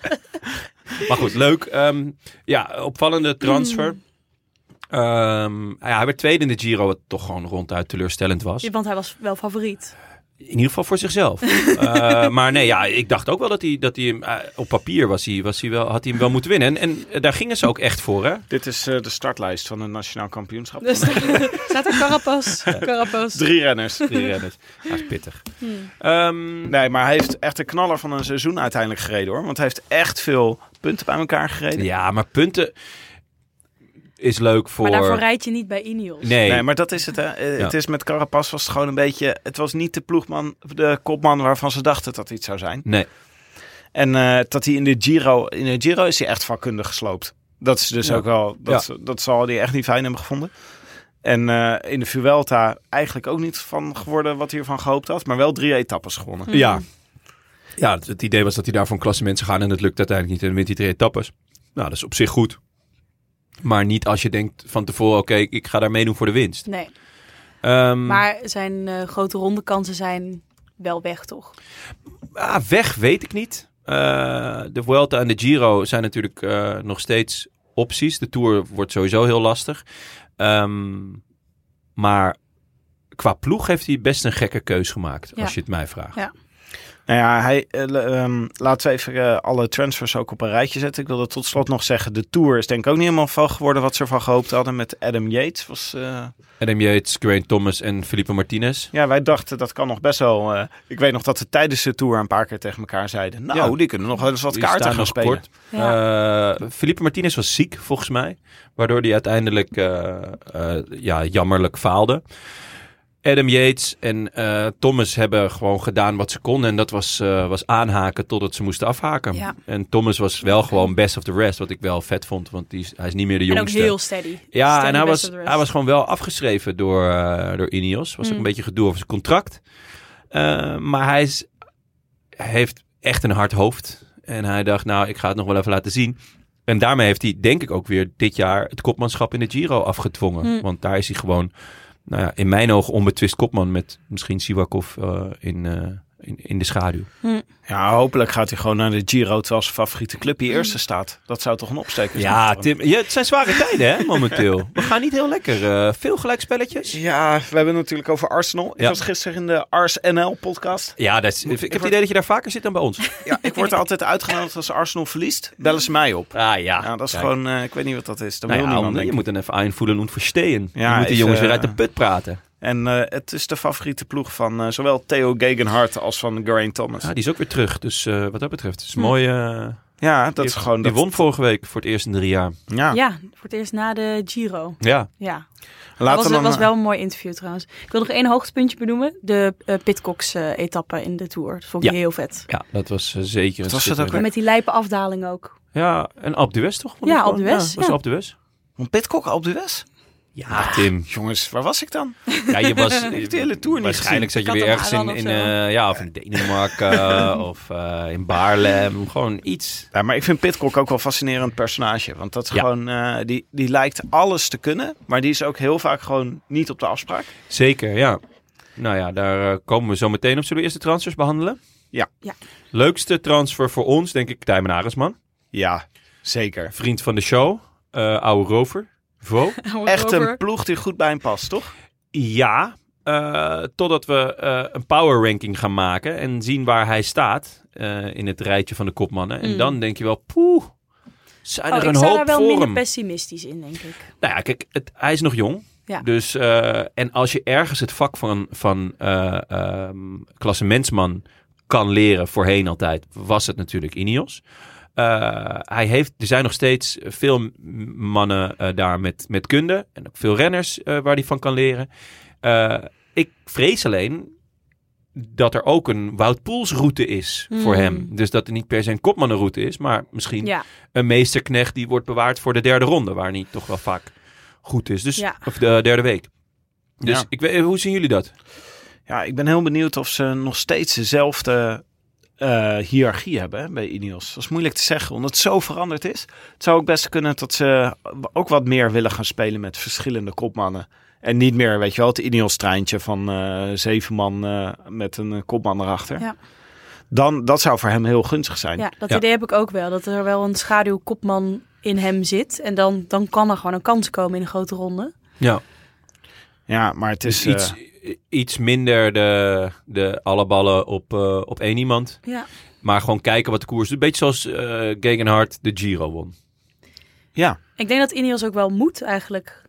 maar goed, leuk. Ehm, ja, opvallende transfer. Ehm, ja, hij werd tweede in de Giro, wat toch gewoon ronduit teleurstellend was.
Want hij was wel favoriet.
In ieder geval voor zichzelf. Eh, maar nee, ja, ik dacht ook wel dat hij, dat hij hem, eh, op papier was hij, was hij wel, had hij hem wel moeten winnen. En, en daar gingen ze ook echt voor, hè?
Dit is eh, de startlijst van een nationaal
Oh.
kampioenschap.
Dus staat er Carapaz. Carapaz.
Drie renners.
Die renners. Dat is pittig.
Hmm.
Ehm,
Nee, maar hij heeft echt een knaller van een seizoen uiteindelijk gereden hoor. Want hij heeft echt veel punten bij elkaar gereden.
ja, maar punten is leuk voor...
Maar daarvoor rijd je niet bij Ineos.
nee,
Nee, maar dat is het hè. Eh,
Ja.
Het is met Carapaz was het gewoon een beetje... Het was niet de ploegman, de kopman waarvan ze dachten dat hij het zou zijn.
nee.
En eh, dat hij in de Giro... In de Giro is hij echt vakkundig gesloopt. Dat is dus
Ja.
ook wel... Dat, dat zal hij echt niet fijn hebben gevonden. En eh, in de Vuelta eigenlijk ook niet van geworden wat hij ervan gehoopt had. Maar wel drie etappes gewonnen.
Hmm.
Ja. Ja, het, het idee was dat hij daar voor een klasse mensen gaan en het lukt uiteindelijk niet. En dan wint hij drie etappes. Nou, dat is op zich goed. Maar niet als je denkt van tevoren, oké, ik ga daar meedoen voor de winst.
Nee,
Ehm,
maar zijn eh, grote ronde kansen zijn wel weg, toch?
Ah, weg weet ik niet. Eh, de Vuelta en de Giro zijn natuurlijk eh, nog steeds opties. De Tour wordt sowieso heel lastig. Ehm, maar qua ploeg heeft hij best een gekke keus gemaakt,
Ja.
als je het mij vraagt.
Ja.
Nou ja, hij, eh, le- ehm, laten we even eh, alle transfers ook op een rijtje zetten. Ik wilde tot slot nog zeggen, de Tour is denk ik ook niet helemaal van geworden wat ze ervan gehoopt hadden met Adam Yates. Was, eh,
Adam Yates, Geraint Thomas en Felipe Martinez.
ja, wij dachten dat kan nog best wel. eh, ik weet nog dat ze tijdens de Tour een paar keer tegen elkaar zeiden. Nou,
Ja.
die kunnen nog wel eens wat
Die
kaarten
staan
gaan spelen.
nog kort. Eh, Felipe Martinez was ziek, volgens mij. Waardoor hij uiteindelijk eh, eh, ja, jammerlijk faalde. Adam Yates en eh, Thomas hebben gewoon gedaan wat ze konden. En dat was, eh, was aanhaken totdat ze moesten afhaken.
Ja.
En Thomas was wel gewoon best of the rest. Wat ik wel vet vond, want die is, hij is niet meer de
En ook
jongste.
heel steady.
ja,
Steady
en hij
best
was,
of the rest.
hij was gewoon wel afgeschreven door, eh, door Ineos. Was ook
Mm.
een beetje gedoe over zijn contract. Eh, maar hij is, heeft echt een hard hoofd. En hij dacht, nou, ik ga het nog wel even laten zien. En daarmee heeft hij, denk ik, ook weer dit jaar het kopmanschap in de Giro afgedwongen.
Mm.
Want daar is hij gewoon, nou ja, in mijn ogen onbetwist kopman. Met misschien Siwakov eh, in, eh, in, in de schaduw.
Ja, hopelijk gaat hij gewoon naar de Giro terwijl zijn favoriete club hier eerste staat. Dat zou toch een opsteker zijn?
Ja, Tim, ja, het zijn zware tijden, hè, momenteel. We gaan niet heel lekker. eh, veel gelijkspelletjes.
Ja, we hebben het natuurlijk over Arsenal. Ik
Ja.
was gisteren in de Ars NL podcast.
Ja, dat is, ik heb het idee dat je daar vaker zit dan bij ons.
Ja, ik word er altijd uitgenodigd als Arsenal verliest. Bellen ze mij op.
Ah ja.
Ja, dat is
Kijk.
gewoon, eh, ik weet niet wat dat is. Dat wil
Nou ja,
niemand,
Ander, je
denk ik.
moet dan even aanvoelen en verstehen.
Ja,
je moet de
is,
jongens
eh,
weer uit de put praten.
En eh, het is de favoriete ploeg van eh, zowel Theo Gegenhardt als van Geraint Thomas.
Ja,
Ja,
die is ook weer terug. Dus eh, wat dat betreft, het is mooi. eh,
dat is
die-
gewoon...
Die
Hm. Dat,
won vorige week voor het eerst in drie jaar.
ja.
Ja, voor het eerst na de Giro.
Ja.
Ja, dat
Laten
was,
we dan,
was
eh,
wel een mooi interview trouwens. Ik wil nog één hoogtepuntje benoemen. De eh Pitcox-etappe in de Tour. Dat vond ik
Ja.
heel vet.
Ja, dat was eh, zeker een
was dat
schitterende-
En met die lijpe afdaling ook.
Ja, en Ab de West toch? Vond
Ja,
ik
Ab
gewoon.
de West,
was
ja.
Ab de West.
Won Pitcock op de West?
Ja, Tim.
Jongens, waar was ik dan?
Ja, je was
de hele Tour niet
Waarschijnlijk zat
gezien.
je weer ergens in,
Catalan
in,
of zo.
eh, ja, of in Denemarken of eh, in Baarlem. Gewoon iets.
Ja, maar ik vind Pitcock ook wel een fascinerend personage. Want dat is
Ja.
gewoon, eh, die, die lijkt alles te kunnen. Maar die is ook heel vaak gewoon niet op de afspraak.
Zeker, ja. Nou ja, daar eh, komen we zo meteen op. Zullen we eerst de transfers behandelen?
Ja.
Ja.
Leukste transfer voor ons, denk ik, Tijmen Aresman.
Ja, zeker.
Vriend van de show. eh oude rover. Vo.
Echt
Rover.
een ploeg die goed bij hem past, toch?
Ja, eh, totdat we eh, een power ranking gaan maken en zien waar hij staat eh, in het rijtje van de kopmannen. En
Mm.
dan denk je wel, poeh, zijn
Oh,
er
ik
een
sta daar
hoop
wel
voor
minder
hem.
pessimistisch in, denk ik.
Nou ja, kijk, het, hij is nog jong.
Ja.
Dus, eh, en als je ergens het vak van, van eh ehm klassementsman kan leren, voorheen altijd, was het natuurlijk Ineos. Eh, hij heeft, er zijn nog steeds veel m- mannen eh, daar met, met kunde. En ook veel renners eh, waar hij van kan leren. Eh, ik vrees alleen dat er ook een Wout Poels route is voor
Mm.
hem. Dus dat er niet per se een kopmannenroute is, maar misschien
Ja,
een meesterknecht die wordt bewaard voor de derde ronde, waar niet toch wel vaak goed is. Dus,
Ja.
Of de derde week. Dus
Ja.
ik weet, hoe zien jullie dat?
Ja, ik ben heel benieuwd of ze nog steeds dezelfde eh, hiërarchie hebben hè, bij Ineos. Dat is moeilijk te zeggen, omdat het zo veranderd is. Het zou ook best kunnen dat ze ook wat meer willen gaan spelen met verschillende kopmannen. En niet meer, weet je wel, het Ineos-treintje van eh, zeven man eh, met een eh, kopman erachter.
Ja.
Dan, dat zou voor hem heel gunstig zijn.
ja dat
Ja.
idee heb ik ook wel. Dat er wel een schaduwkopman in hem zit. En dan, dan kan er gewoon een kans komen in een grote ronde.
Ja,
Ja, maar het is...
dus iets,
eh,
iets minder de, de alle ballen op, eh, op één iemand.
Ja.
Maar gewoon kijken wat de koers doet. Beetje zoals eh Gegenhard de Giro won.
ja,
Ik denk dat Ineos ook wel moet eigenlijk.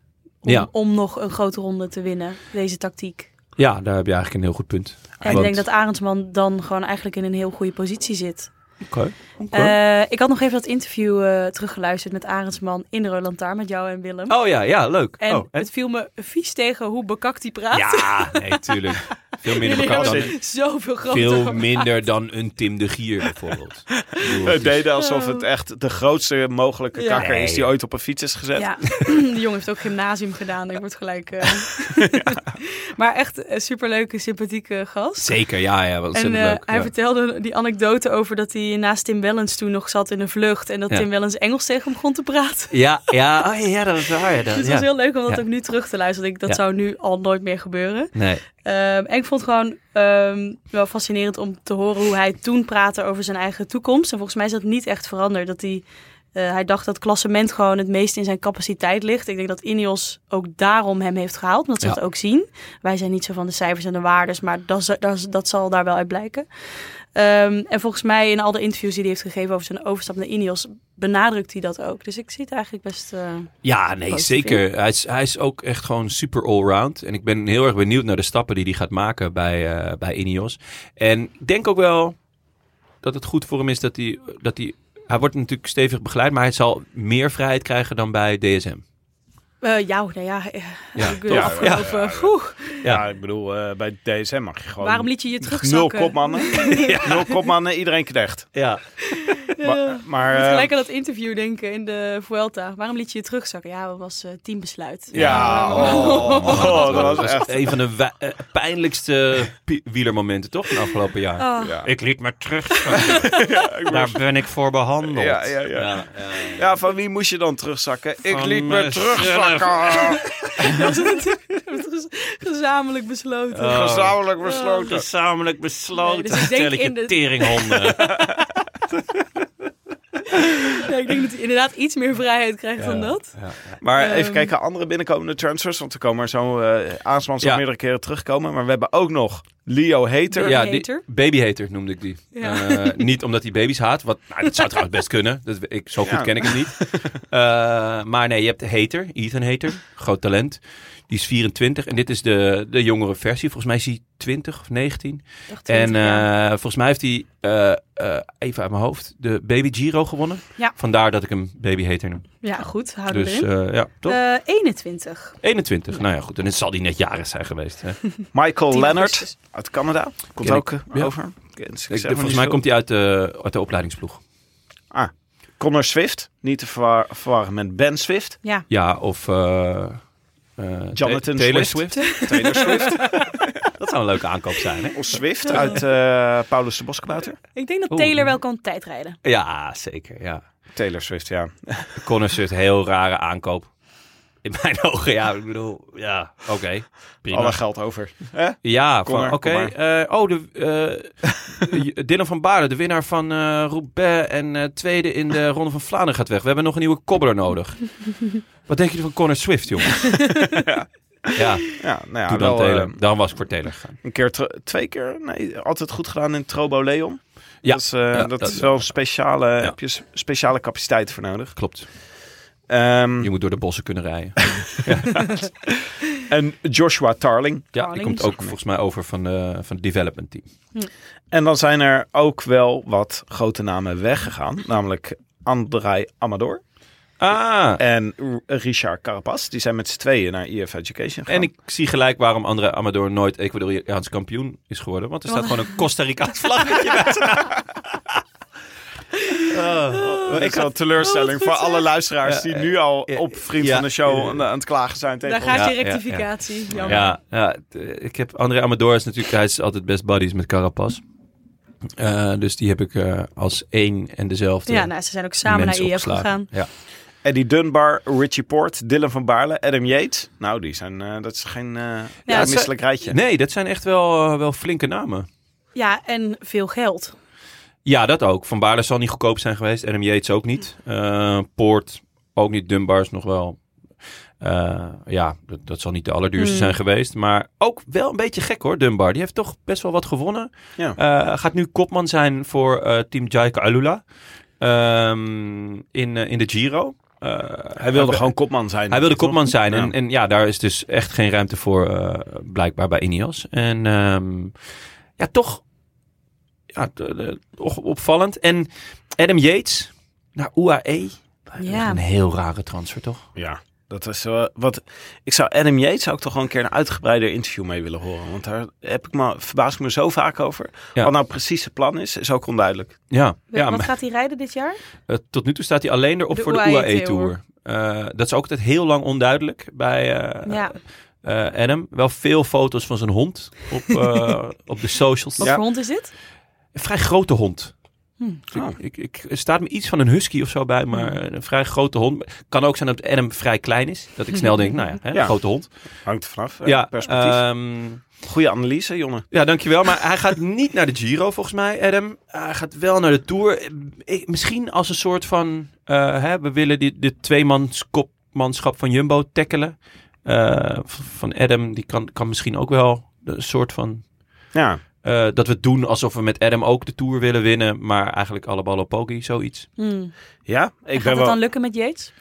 Om,
Ja.
om nog een grote ronde te winnen, deze tactiek.
Ja, daar heb je eigenlijk een heel goed punt.
En ik
Want-
denk dat Arendsman dan gewoon eigenlijk in een heel goede positie zit.
Oké. oké.
Eh, ik had nog even dat interview eh, teruggeluisterd met Arendsman in Roland Taar met jou en Willem.
oh ja, ja, leuk.
En
oh, en-
het viel me vies tegen hoe bekakt hij praat.
Ja, nee, tuurlijk. Veel minder
Jullie
bekend
hebben
dan,
Zoveel groter.
veel
gemaakt.
minder dan een Tim de Gier bijvoorbeeld. Ik bedoel,
het
het is-
deden alsof het echt de grootste mogelijke
Ja.
kakker is die ooit op een fiets is gezet.
Ja, de jongen heeft ook gymnasium gedaan. dus Ik word gelijk. eh, maar echt een superleuke, sympathieke gast.
Zeker, ja, ja. Wat
En
ontzettend
eh,
leuk.
hij
ja.
vertelde die anekdote over dat hij naast Tim Wellens toen nog zat in een vlucht. En dat
Ja.
Tim Wellens Engels tegen hem begon te praten.
Ja, ja, oh, ja, ja, dat is waar. Ja, dat,
Dus het
ja.
was heel leuk om dat
Ja.
ook nu terug te luisteren. Ik- Dat
Ja.
zou nu al nooit meer gebeuren.
Nee,
Ehm, en ik vond het gewoon ehm, wel fascinerend om te horen hoe hij toen praatte over zijn eigen toekomst. En volgens mij is dat niet echt veranderd. Dat hij, eh, hij dacht dat klassement gewoon het meest in zijn capaciteit ligt. Ik denk dat Ineos ook daarom hem heeft gehaald, omdat ze
Ja.
dat ook zien. Wij zijn niet zo van de cijfers en de waardes, maar dat, z- dat, z- dat zal daar wel uit blijken. Ehm, en volgens mij in al de interviews die hij heeft gegeven over zijn overstap naar Ineos, benadrukt hij dat ook. Dus ik zie het eigenlijk best... eh,
ja, nee
Positief.
zeker. Hij is, hij is ook echt gewoon super allround. En ik ben heel erg benieuwd naar de stappen die hij gaat maken bij, eh bij Ineos. En ik denk ook wel dat het goed voor hem is dat hij, dat hij... Hij wordt natuurlijk stevig begeleid, maar hij zal meer vrijheid krijgen dan bij DSM.
eh, ja, nou ja, eh, ik bedoel,
toch?
afgelopen... Oeh,
Ja.
Ja, ik bedoel, eh, bij DSM mag je gewoon...
waarom liet je je
Nul
terugzakken?
kopmannen. Nul kopmannen, iedereen knecht.
Ja.
Maar, maar,
moet
eh,
gelijk aan dat interview denken in de Vuelta. Waarom liet je je terugzakken? Ja, dat was eh, teambesluit.
ja, oh, oh, dat was echt...
een van de wa- eh, pijnlijkste pi- wielermomenten, toch, van afgelopen jaar?
Oh.
Ja.
Ik liet me terug. Daar ben ik voor behandeld.
Ja, ja, ja. Ja, van wie moest je dan terugzakken? ik
Van,
liet me
eh,
terugzakken.
Dat is natuurlijk- we hebben het gez- gezamenlijk besloten.
Eh,
Oh.
Gezamenlijk besloten.
Gezamenlijk besloten.
Nee, dus ik denk
Stelletje
in de-
teringhonden.
Ja, ik denk dat hij inderdaad iets meer vrijheid krijgt dan dat.
Maar even
Ehm.
kijken, andere binnenkomende transfers. Want er komen er zo eh Aansman zal
Ja.
meerdere keren terugkomen. Maar we hebben ook nog Leo Heter.
Ja, die,
Babyhater.
babyhater noemde ik die.
Ja.
Eh, niet omdat hij baby's haat. Wat, nou, dat zou trouwens best kunnen. Dat, we- ik, zo goed
Ja.
ken ik hem niet. Eh, maar nee, je hebt Hater, Ethan Hater. Groot talent. Die is 24 en dit is de, de jongere versie. Volgens mij is hij 20 of 19.
Ik dacht
En
20 jaar.
eh, volgens mij heeft hij, eh, eh, even uit mijn hoofd, de Baby Giro gewonnen.
Ja.
Vandaar dat ik hem Baby Hater noem.
ja, goed, houden we
Dus
erin.
eh, ja, toch?
Eh, 21.
21. Nou ja, goed. En het zal die net jarig zijn geweest. Hè?
Michael
10
Leonard
augustus.
uit Canada. Komt
Ken
ook eh,
ja.
over. Ken- ik
Ik,
zeg maar
volgens
niet
mij
veel.
komt hij uit de, uit de opleidingsploeg.
Ah, Connor Swift. Niet te verwar- verwarren met Ben Swift.
Ja,
Ja, of eh, eh,
Jonathan
Taylor
Swift.
Swift.
Taylor Swift.
Dat zou een leuke aankoop zijn, hè?
Of Swift uit eh, Paulus de Boskabouter.
Ik denk dat
Oeh.
Taylor wel kan tijdrijden.
Ja, zeker. Ja.
Taylor Swift, ja.
Connor Swift, heel rare aankoop. In mijn ogen, ja. Ik bedoel, ja, oké. prima.
Alle geld over.
Ja,
Kom
van
maar,
oké.
kom
eh, oh, de, eh, Dylan van Baarden, de winnaar van eh Roubaix en eh, tweede in de Ronde van Vlaanderen gaat weg. We hebben nog een nieuwe kobbler nodig. Wat denk je van Connor Swift, jongens? ja,
Ja, nou ja,
doe dan
wel, eh,
Taylor. dan was ik voor Taylor gegaan.
een keer, tr- twee keer, nee, altijd goed gedaan in Trobo Leon.
Ja,
dat is, eh, dat
dat-
is wel een speciale, heb je s- speciale capaciteit voor nodig.
Klopt.
Ehm,
Je moet door de bossen kunnen rijden.
en Joshua Tarling.
Ja, die komt ook volgens mij over van, eh, van het development team.
En dan zijn er ook wel wat grote namen weggegaan, namelijk Andrei Amador
Ah,
en R- Richard Carapaz. Die zijn met z'n tweeën naar EF Education gegaan.
en ik zie gelijk waarom André Amador nooit Ecuadoriaans kampioen is geworden. Want er staat gewoon een Costa Ricaans vlaggetje bij.
Dat is wel een teleurstelling
Oh,
voor alle luisteraars die nu al
ja,
op Vriend
ja.
van de Show aan, aan het klagen zijn tegen
Daar gaat je
Ja, ja, ja.
rectificatie. Jammer.
Ja, ja, t- ik heb André Amador is natuurlijk, hij is altijd best buddies met Carapaz. Eh, dus die heb ik eh, als één en dezelfde.
Ja, nou, ze zijn ook samen
mens
naar IF
opgeslagen.
gegaan.
Ja.
Eddie Dunbar, Richie Poort, Dylan van Baarle, Adam Yates. Nou, die zijn, eh, dat is geen eh,
Ja,
een misselijk rijtje.
Nee, dat zijn echt wel, eh, wel flinke namen.
Ja, en veel geld.
Ja, dat ook. Van Baarle zal niet goedkoop zijn geweest. RM Yates ook niet. Eh, Poort ook niet. Dunbar is nog wel. Eh, ja, dat, dat zal niet de allerduurste
Hmm.
zijn geweest. Maar ook wel een beetje gek hoor, Dunbar. Die heeft toch best wel wat gewonnen.
Ja.
Eh, gaat nu kopman zijn voor eh, team Jaika Alula. Ehm, in, eh, in de Giro. Eh,
Hij wilde gewoon kopman zijn.
hij wilde kopman zijn. En,
Ja.
en ja, daar is dus echt geen ruimte voor eh, blijkbaar bij Ineos. En ehm, ja, toch ja, de- de- toch opvallend. En Adam Yates nou, naar UAE.
Ja.
E, Een heel rare transfer, toch?
Ja, dat is eh, wat. Ik zou Adam Yates zou ik toch gewoon een keer een uitgebreider interview mee willen horen. Want daar heb ik me, verbaas ik me zo vaak over.
Ja.
Wat nou precies het plan is, is ook onduidelijk.
Ja, ja
Wat
maar,
gaat hij rijden dit jaar?
eh, tot nu toe staat hij alleen erop
De E
voor de
UAE
UAE-tour. Eh, dat is ook altijd heel lang onduidelijk bij eh,
ja.
eh, Adam. Wel veel foto's van zijn hond op, eh, op de socials.
Wat voor hond is dit?
Een vrij grote hond.
Hmm.
Dus ik, ik, ik- er staat me iets van een husky of zo bij, maar een vrij grote hond. Kan ook zijn dat Adam vrij klein is. Dat ik snel denk, nou ja, hè,
Ja.
een grote hond.
Hangt er vanaf. eh,
Ja,
perspectief.
ehm,
Goede analyse, jongen.
ja, dankjewel. Maar hij gaat niet naar de Giro volgens mij, Adam. Hij gaat wel naar de Tour. Ik- misschien als een soort van, eh, hè, we willen dit, dit tweemans kopmanschap van Jumbo tackelen. Eh, v- van Adam, die kan, kan misschien ook wel een soort van
Ja.
eh, dat we het doen alsof we met Adam ook de Tour willen winnen, maar eigenlijk alle ballen op Poggi, zoiets.
Hmm.
ja ik
En gaat
ben
het
wel.
dan lukken met Yates?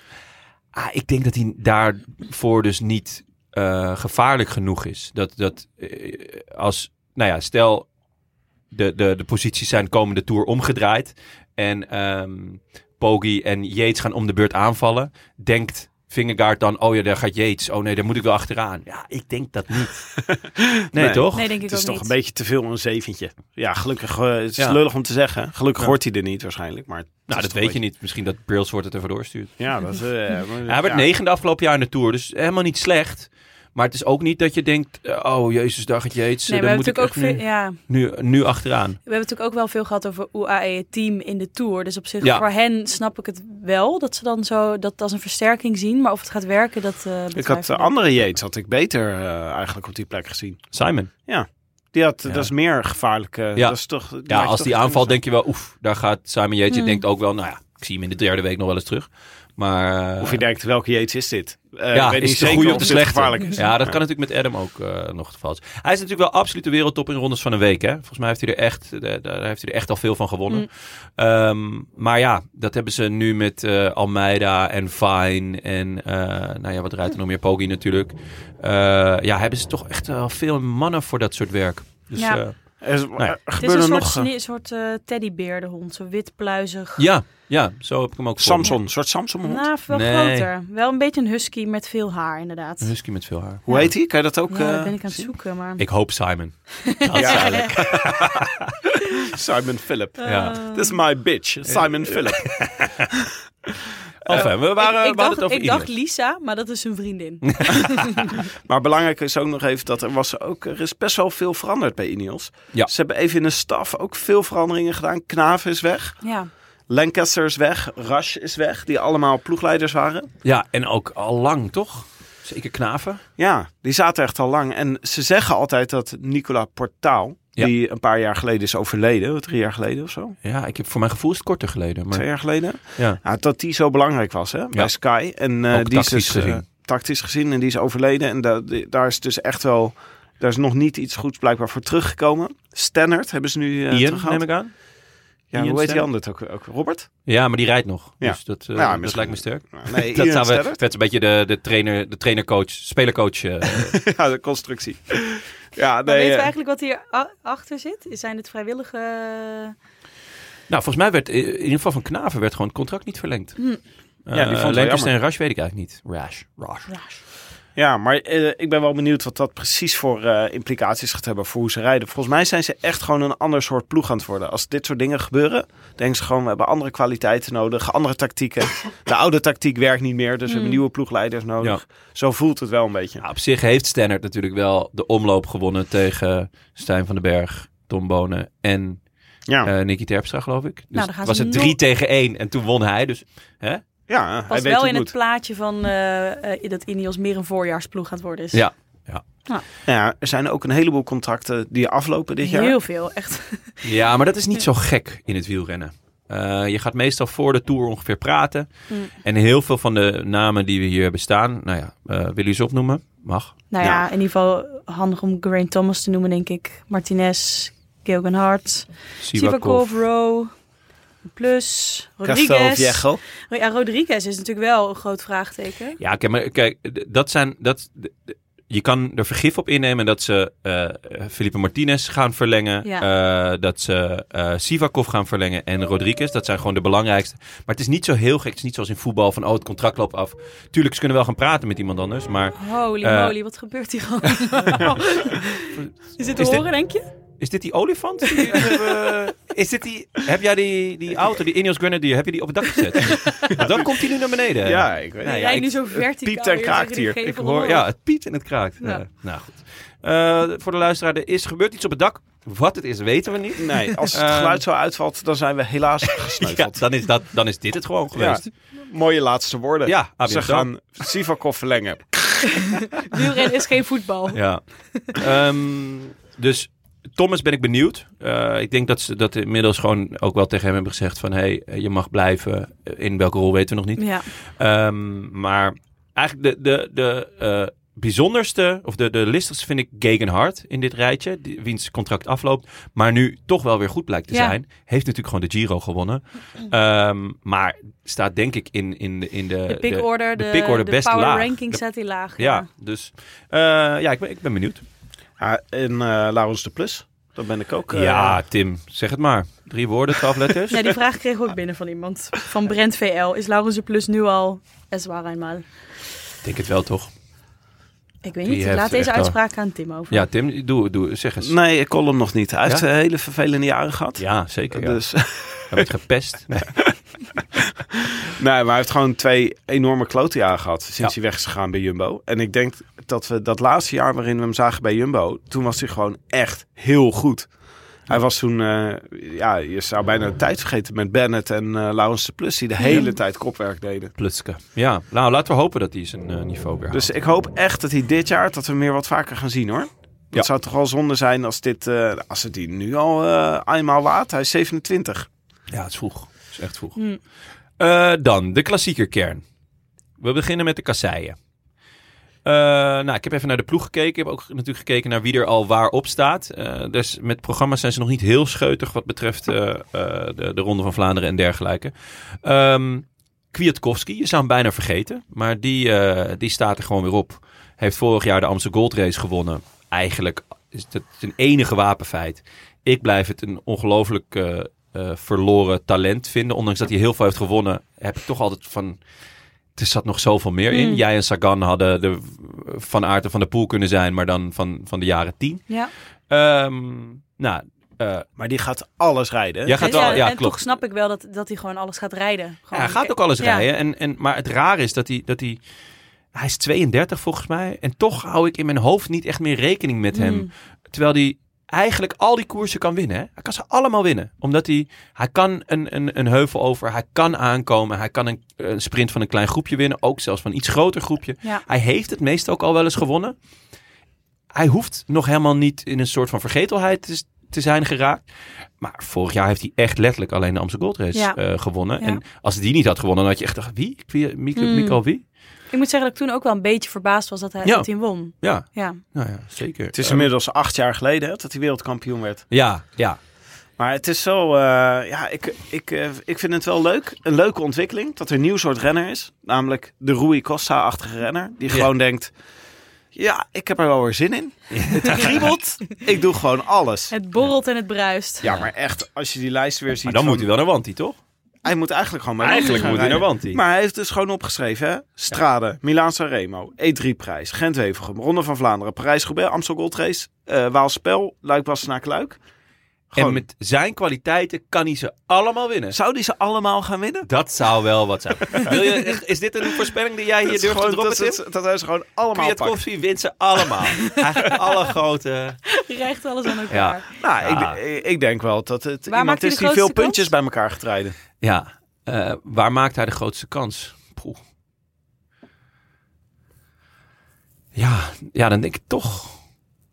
Ah, ik denk dat hij daarvoor dus niet eh, gevaarlijk genoeg is. Dat, dat eh, als, nou ja, stel de, de, de posities zijn komende Tour omgedraaid en ehm Poggi en Yates gaan om de beurt aanvallen, denkt Vingegaard dan, oh ja, daar gaat Yates, oh nee, daar moet ik wel achteraan. Ja, ik denk dat niet. nee,
Nee.
toch?
Nee, denk ik
Het is
ook
toch
niet.
een beetje te veel een zeventje. Ja, gelukkig. eh, het is
Ja.
lullig om te zeggen. Gelukkig
Ja.
hoort hij er niet waarschijnlijk. Maar het
nou,
is
dat
toch
weet je
een
niet. Misschien dat Brailsford het even doorstuurt.
beetje- Ja, dat, eh,
Hij werd
ja.
negende afgelopen jaar in de Tour, dus helemaal niet slecht. Maar het is ook niet dat je denkt, eh, oh jezus, daar gaat Jeets.
Nee, we
dan
hebben,
moet ik
natuurlijk ook
echt
veel, ja, we
nu, nu, nu achteraan.
hebben natuurlijk ook wel veel gehad over UAE het team in de Tour. Dus op zich,
Ja.
voor hen snap ik het wel. Dat ze dan zo dat als een versterking zien. Maar of het gaat werken, dat eh
Ik
betwijfel
had de andere Yates had ik beter eh, eigenlijk op die plek gezien.
Simon.
Die had,
Ja.
dat is meer gevaarlijk. eh,
Ja.
dat is toch,
Ja, als die aanvalt
denk
denk je wel, oef, daar gaat Simon Jeets. Je
Hmm.
denkt ook wel, nou ja, ik zie hem in de derde week nog wel eens terug. Maar eh,
Of je denkt, welke Yates is dit? Eh,
ja,
ik weet niet
is het de
zeker
goede of
of
de
dit
slechte?
gevaarlijk is.
Ja, dat
Ja.
kan natuurlijk met Adam ook eh, nog het geval zijn. Hij is natuurlijk wel absoluut de wereldtop in rondes van een week. Hè? Volgens mij heeft hij er echt, eh, daar heeft hij er echt al veel van gewonnen.
Mm.
Ehm, maar ja, dat hebben ze nu met eh, Almeida en Fine en eh, nou ja, wat rijdt er nog meer? Poggi natuurlijk. Eh, ja, hebben ze toch echt wel veel mannen voor dat soort werk. Dus,
Ja.
eh,
Er, is- er
Nee.
Het is een
gebeurde
soort,
nog... eh,
sne- soort eh, teddybeer, de hond. Zo wit, pluizig.
ja, ja, zo heb ik hem ook voor me.
Samson, een soort Samson-hond.
Nou, veel
Nee.
groter. Wel een beetje een husky met veel haar, inderdaad.
Een husky met veel haar.
Hoe heet hij? Kan je dat ook...
ja, dat
eh,
nou, ben ik aan het
zien?
zoeken, maar...
Ik hoop Simon. Dat
Ja.
zou ik-
Simon Philip.
ja.
Oh.
Eh, This is my bitch, Simon Philip.
Enfin, we waren,
Eh, ik,
we
ik
hadden het
dacht,
over
ik dacht
Ineos.
Lisa, maar dat is een vriendin.
Maar belangrijk is ook nog even dat er, was ook, er is best wel veel veranderd bij Ineos.
Ja.
Ze hebben even in de staf ook veel veranderingen gedaan. Knaaf is weg,
ja.
Lancaster is weg, Rush is weg, die allemaal ploegleiders waren.
Ja, en ook al lang, toch? Zeker knaven.
Ja, die zaten echt al lang. En ze zeggen altijd dat Nicola Portaal,
Ja.
die een paar jaar geleden is overleden, drie jaar geleden of zo,
Ja, ik heb voor mijn gevoel is het korter geleden.
twee
Maar
jaar geleden,
ja.
ja, Nou, dat die zo belangrijk was hè, bij Sky. En eh,
Ook
die is
tactisch
dus, eh,
gezien.
tactisch gezien en die is overleden. En da- die- daar is dus echt wel, daar is nog niet iets goeds blijkbaar voor teruggekomen. Stannard hebben ze nu eh
Ian,
teruggehaald.
neem ik aan.
Ja,
Ian
hoe heet die
Stannard?
ander het ook, ook? Robert?
Ja, maar die rijdt nog.
Ja.
Dus dat, eh,
Ja,
dat
misschien-
lijkt me sterk.
Nee,
Dat
Ian
zou we,
Stannard.
het is een beetje de, de, trainer, de trainercoach, spelercoach. eh,
Ja, de constructie. Ja,
Maar
nee.
weten we
eh,
eigenlijk wat hier a- achter zit? Zijn het vrijwillige... eh,
nou, volgens mij werd eh, in ieder geval van Knaven werd gewoon het contract niet verlengd.
Hm.
Eh,
Ja, die vond het wel
Lancaster en
jammer.
Rush weet ik eigenlijk niet. Rush, Rush.
Ja, maar eh, ik ben wel benieuwd wat dat precies voor eh, implicaties gaat hebben voor hoe ze rijden. Volgens mij zijn ze echt gewoon een ander soort ploeg aan het worden. Als dit soort dingen gebeuren, denken ze gewoon, we hebben andere kwaliteiten nodig, andere tactieken. De oude tactiek werkt niet meer, dus we hebben
Hmm.
nieuwe ploegleiders nodig. Zo voelt het wel een beetje.
Ja, op zich heeft Stannard natuurlijk wel de omloop gewonnen tegen Stijn van den Berg, Tom Bonen en
Ja,
eh Nicky Terpstra, geloof ik. Dus
Nou, dan gaan
was
ze
het
nog-
drie tegen één en toen won hij. Dus hè?
ja hij
Past
weet
wel
het
in het
goed.
plaatje van eh, eh, dat Ineos meer een voorjaarsploeg gaat worden. Dus Is.
Ja,
Ja, er zijn ook een heleboel contracten die aflopen dit jaar.
Heel veel, echt.
Ja, maar dat is niet zo gek in het wielrennen. Eh, je gaat meestal voor de Tour ongeveer praten.
Mm.
En heel veel van de namen die we hier hebben staan... Nou ja, eh wil je ze opnoemen? Mag.
Nou ja,
Ja.
in ieder geval handig om Geraint Thomas te noemen, denk ik. Martinez, Gilgan Hart, Sivakov, Rowe, Plus,
Castel
Rodriguez.
Viejo.
Ja, Rodriguez is natuurlijk wel een groot vraagteken.
Ja, kijk, maar kijk, d- dat zijn... Dat, d- d- je kan er vergif op innemen dat ze eh, eh, Felipe Martinez gaan verlengen. eh, dat ze eh, Sivakov gaan verlengen en Rodriguez. Dat zijn gewoon de belangrijkste. Maar het is niet zo heel gek. Het is niet zoals in voetbal van, oh, het contract loopt af. Tuurlijk, ze kunnen wel gaan praten met iemand anders. Maar
Holy
Eh.
moly, wat gebeurt hier gewoon? is dit te
Is dit-
horen, denk
Nou
je?
Is dit die olifant? die jullie hebben? eh, is dit die, heb jij die, die auto, die Ineos Grenadier, heb je die op het dak gezet? Want dan komt hij nu naar beneden.
Ja, ik weet
Nee,
het.
ja,
Jij
ik-
nu zo verticaal
piept en
weer
kraakt
tegen die
hier.
ik
gevel
hoor,
aan.
ja, het piet en het kraakt.
Ja.
Eh, nou goed. Eh, voor de luisteraar, er is gebeurd iets op het dak. Wat het is, weten we niet.
Nee, als het
Ehm.
geluid zo uitvalt, dan zijn we helaas
Ja,
gesneuveld.
dan, is dat, dan is dit het gewoon geweest.
Mooie laatste woorden.
Ja, ja
eh, Ze gaan Sivakov verlengen.
Wielrennen is geen voetbal.
Ja. Ehm, dus Thomas ben ik benieuwd. Eh, ik denk dat ze dat inmiddels gewoon ook wel tegen hem hebben gezegd van... hé, hey, je mag blijven. In welke rol weten we nog niet. Eh,
Ja.
Ehm, maar eigenlijk de, de, de eh, bijzonderste, of de, de listigste vind ik Gegenhard in dit rijtje. Die, wiens contract afloopt, maar nu toch wel weer goed blijkt te
Ja.
zijn. Heeft natuurlijk gewoon de Giro gewonnen. Ehm, maar staat denk ik in, in, de- in de...
De pick order, de,
de pick order
de
best
power
laag.
ranking
De-
staat hij laag.
ja, dus eh, ja, ik ben, ik ben benieuwd.
Ja, en eh Laurens de Plus, dat ben ik ook. eh,
Ja, Tim, zeg het maar. Drie woorden, twaalf letters.
Ja, die vraag kreeg ik ook binnen van iemand. Van Brent VL. Is Laurens de Plus nu al es waar eenmaal?
Ik denk het wel, toch?
Ik weet
Die
niet. Ik
heeft
laat deze
echt al-
uitspraak aan Tim over.
Ja, Tim, doe, doe, zeg eens.
Nee, ik kon hem nog niet. Hij heeft
Ja?
eh, hele vervelende jaren gehad.
Ja, zeker. Ja.
Dus,
Hij werd gepest. Nee.
nee, maar hij heeft gewoon twee enorme klote jaren gehad sinds hij
Ja.
weg is gegaan bij Jumbo. En ik denk dat we dat laatste jaar waarin we hem zagen bij Jumbo, toen was hij gewoon echt heel goed. Hij was toen, eh, ja, je zou bijna de tijd vergeten met Bennett en eh Laurens de Plus, die de hele tijd kopwerk deden.
Plutske. Ja, nou laten we hopen dat hij zijn eh, niveau weer haalt.
Dus ik hoop echt dat hij dit jaar dat we hem meer wat vaker gaan zien hoor. Dat
Ja.
zou toch wel zonde zijn als dit eh, als het die nu al eh, eenmaal laat. Hij is 27.
Ja, het is vroeg. Het is echt vroeg.
Hmm.
Eh, dan de klassieker kern. We beginnen met de kasseien. Eh, nou, ik heb even naar de ploeg gekeken. Ik heb ook natuurlijk gekeken naar wie er al waar op staat. Eh, dus met programma's zijn ze nog niet heel scheutig wat betreft eh, eh, de, de Ronde van Vlaanderen en dergelijke. Ehm Kwiatkowski, je zou hem bijna vergeten. Maar die, eh, die staat er gewoon weer op. Heeft vorig jaar de Amsterdam Gold Race gewonnen. Eigenlijk is het zijn enige wapenfeit. Ik blijf het een ongelooflijk eh, eh, verloren talent vinden. Ondanks dat hij heel veel heeft gewonnen, heb ik toch altijd van... Er zat nog zoveel meer in.
Mm.
Jij en Sagan hadden de Van Aert en Van de Poel kunnen zijn, maar dan van, van de jaren tien.
Ja.
Ehm, nou, eh, eh,
Maar die gaat alles rijden.
Jij gaat
en,
wel-
ja,
ja,
Dus, eh, en
klopt.
toch snap ik wel dat, dat hij gewoon alles gaat rijden.
ja,
Gewoon. e-
hij gaat ook alles
Ja.
rijden. En, en, maar het raar is dat hij, dat hij... Hij is 32 volgens mij. En toch hou ik in mijn hoofd niet echt meer rekening met hem.
Hmm.
Terwijl hij eigenlijk al die koersen kan winnen. Hè? Hij kan ze allemaal winnen. Omdat hij, hij kan een, een, een heuvel over. Hij kan aankomen. Hij kan een, een sprint van een klein groepje winnen. Ook zelfs van een iets groter groepje.
Ja.
Hij heeft het meestal ook al wel eens gewonnen. Hij hoeft nog helemaal niet in een soort van vergetelheid te, te zijn geraakt. Maar vorig jaar heeft hij echt letterlijk alleen de Amsterdam Gold Race
Ja.
eh, gewonnen.
Ja.
En als die niet had gewonnen, dan had je echt gedacht, wie? wie Mico,
Mm.
Mico wie?
Ik moet zeggen dat ik toen ook wel een beetje verbaasd was dat hij,
Ja.
dat hij won.
Ja,
Ja.
nou ja, zeker.
Het is
Eh,
inmiddels acht jaar geleden hè, dat hij wereldkampioen werd.
ja, ja.
Maar het is zo, eh, ja, ik, ik, eh, ik vind het wel leuk. Een leuke ontwikkeling dat er een nieuw soort renner is. Namelijk de Rui Costa-achtige renner. Die
Ja.
gewoon denkt, ja, ik heb er wel weer zin in. Het kriebelt. ik doe gewoon alles.
Het borrelt en het bruist.
Ja, maar echt, als je die lijst weer ziet.
Maar dan
van-
moet hij wel naar Wanty, toch?
hij moet eigenlijk gewoon maar
Eigenlijk moet hij naar Wanty.
Maar hij heeft dus gewoon opgeschreven, hè? Strade, Milaan Sanremo, E3-prijs, Gent-Wevergem, Ronde van Vlaanderen, Parijs-Roubaix, Amstel Gold Race, eh Waalspel, Luik-Bastenaak-Luik.
En met zijn kwaliteiten kan hij ze allemaal winnen.
Zou die ze allemaal gaan winnen?
Dat zou wel wat zijn. Wil je, is dit een voorspelling die jij hier
Dat is
durft te
gewoon-
droppen,
dat, is-
Tim?
dat, hij ze gewoon allemaal pakt.
Kwiatkowski wint ze allemaal. Eigenlijk alle grote...
Je krijgt alles aan elkaar.
Nou,
Ja.
ik, ik denk wel dat het
maakt
iemand
hij
is
de
die veel
grootste
puntjes
kans?
bij elkaar getreiden.
Ja, eh, waar maakt hij de grootste kans? Poeh. Ja, ja, dan denk ik toch,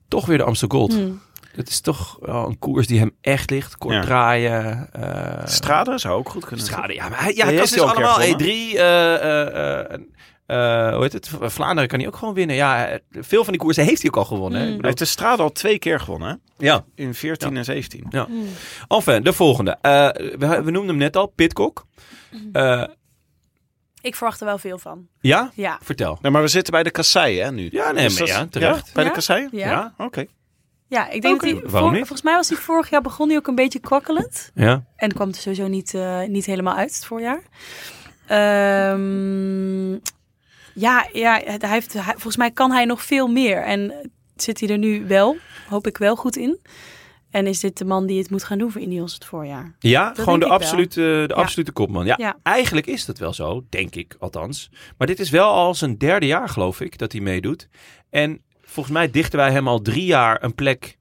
toch weer de Amsterdam Gold.
Hmm.
Dat is toch wel een koers die hem echt ligt. Kort
Ja.
draaien. eh,
Strade zou ook goed kunnen.
Strade, ja, maar hij, ja,
Ja,
hij
die
kan
heeft
dus
hij al een keer
allemaal E3.
gewonnen.
eh, eh, eh, eh, hoe heet het? V- Vlaanderen kan hij ook gewoon winnen. Ja, eh, veel van die koersen heeft hij ook al gewonnen. hè.
Mm.
Ik
Hij
bedoel-
heeft de Strade al twee keer gewonnen, hè?
Ja.
In 14 en 17.
Enfin, de volgende. Eh, we, we noemden hem net al, Pitcock.
Hmm.
Eh,
Ik verwacht er wel veel van.
ja,
Ja.
vertel.
Nee, maar we zitten bij de kassei, hè, nu?
Ja, nee,
Dus
maar
dat-
ja, terecht.
Bij
Ja?
de kassei?
Ja.
Ja.
Oké.
Ja, ik denk
Oké,
dat hij...
waarom
vor-
niet?
Volgens mij was hij vorig jaar begon hij ook een beetje kwakkelend.
Ja.
En kwam het er sowieso niet, eh, niet helemaal uit het voorjaar. Ehm, ja, ja het- hij heeft, hij- volgens mij kan hij nog veel meer. En zit hij er nu wel, hoop ik wel, goed in. En is dit de man die het moet gaan doen voor Ineos het voorjaar?
Ja, gewoon
denk
de
ik wel.
absolute, de
Ja.
absolute kopman. Ja,
Ja.
eigenlijk is dat wel zo, denk ik althans. Maar dit is wel al zijn derde jaar, geloof ik, dat hij meedoet. En volgens mij dichten wij hem al drie jaar een plek,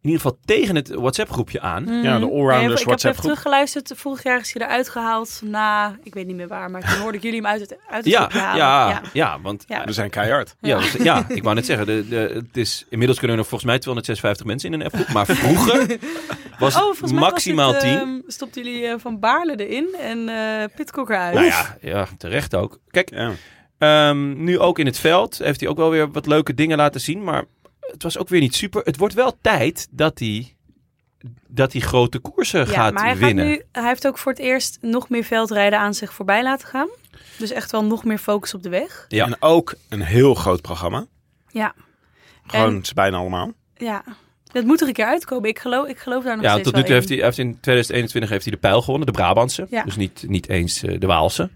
in ieder geval tegen het WhatsApp-groepje aan.
Mm.
Ja, de allrounders
Mhm. ik heb even
WhatsApp-groep.
teruggeluisterd. Vorig jaar is hij eruit gehaald na, ik weet niet meer waar, maar toen hoorde ik jullie hem uit het, uit het
Ja,
groepje
ja,
halen.
ja, want...
Ja.
Ja.
We zijn keihard.
Ja, dat- ja, ik wou net zeggen, de, de, het is, inmiddels kunnen er nog volgens mij 256 mensen in een appgroep. Maar vroeger was
Oh,
het
volgens mij
maximaal
was
10.
dit, ehm, stopten jullie eh, Van Baarle erin en eh Pitcock eruit.
nou ja, ja, terecht ook. Kijk,
Ja.
Ehm, nu ook in het veld heeft hij ook wel weer wat leuke dingen laten zien. Maar het was ook weer niet super. Het wordt wel tijd dat hij, dat hij grote koersen
Ja,
gaat
maar hij,
winnen.
Gaat nu, hij heeft ook voor het eerst nog meer veldrijden aan zich voorbij laten gaan. Dus echt wel nog meer focus op de weg.
Ja.
En ook een heel groot programma.
Ja,
Gewoon
En-
ze bijna allemaal.
ja. Dat moet er een keer uitkomen. Ik geloof, ik geloof daar nog
Ja,
steeds
tot nu toe
wel
heeft hij, heeft hij in 2021 heeft hij de pijl gewonnen, de Brabantse.
Ja.
Dus niet, niet eens eh, de Waalse.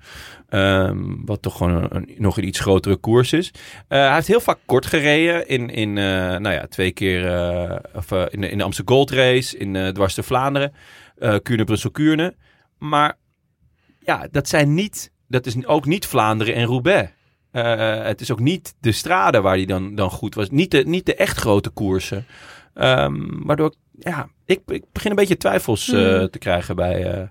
Ehm, wat toch gewoon een, een- nog een iets grotere koers is. Eh, hij heeft heel vaak kort gereden. In, in eh, nou ja, twee keer eh, of, eh, in, de- in de Amsterdam Gold Race, in eh Dwars de Vlaanderen, eh Kuurne, Brussel, Kuurne. Maar ja, dat zijn niet, dat is ook niet Vlaanderen en Roubaix. Eh, het is ook niet de straden waar hij dan, dan goed was. Niet de, niet de echt grote koersen. Ehm, waardoor ik, ja, ik, ik begin een beetje twijfels eh,
Hmm.
te krijgen bij eh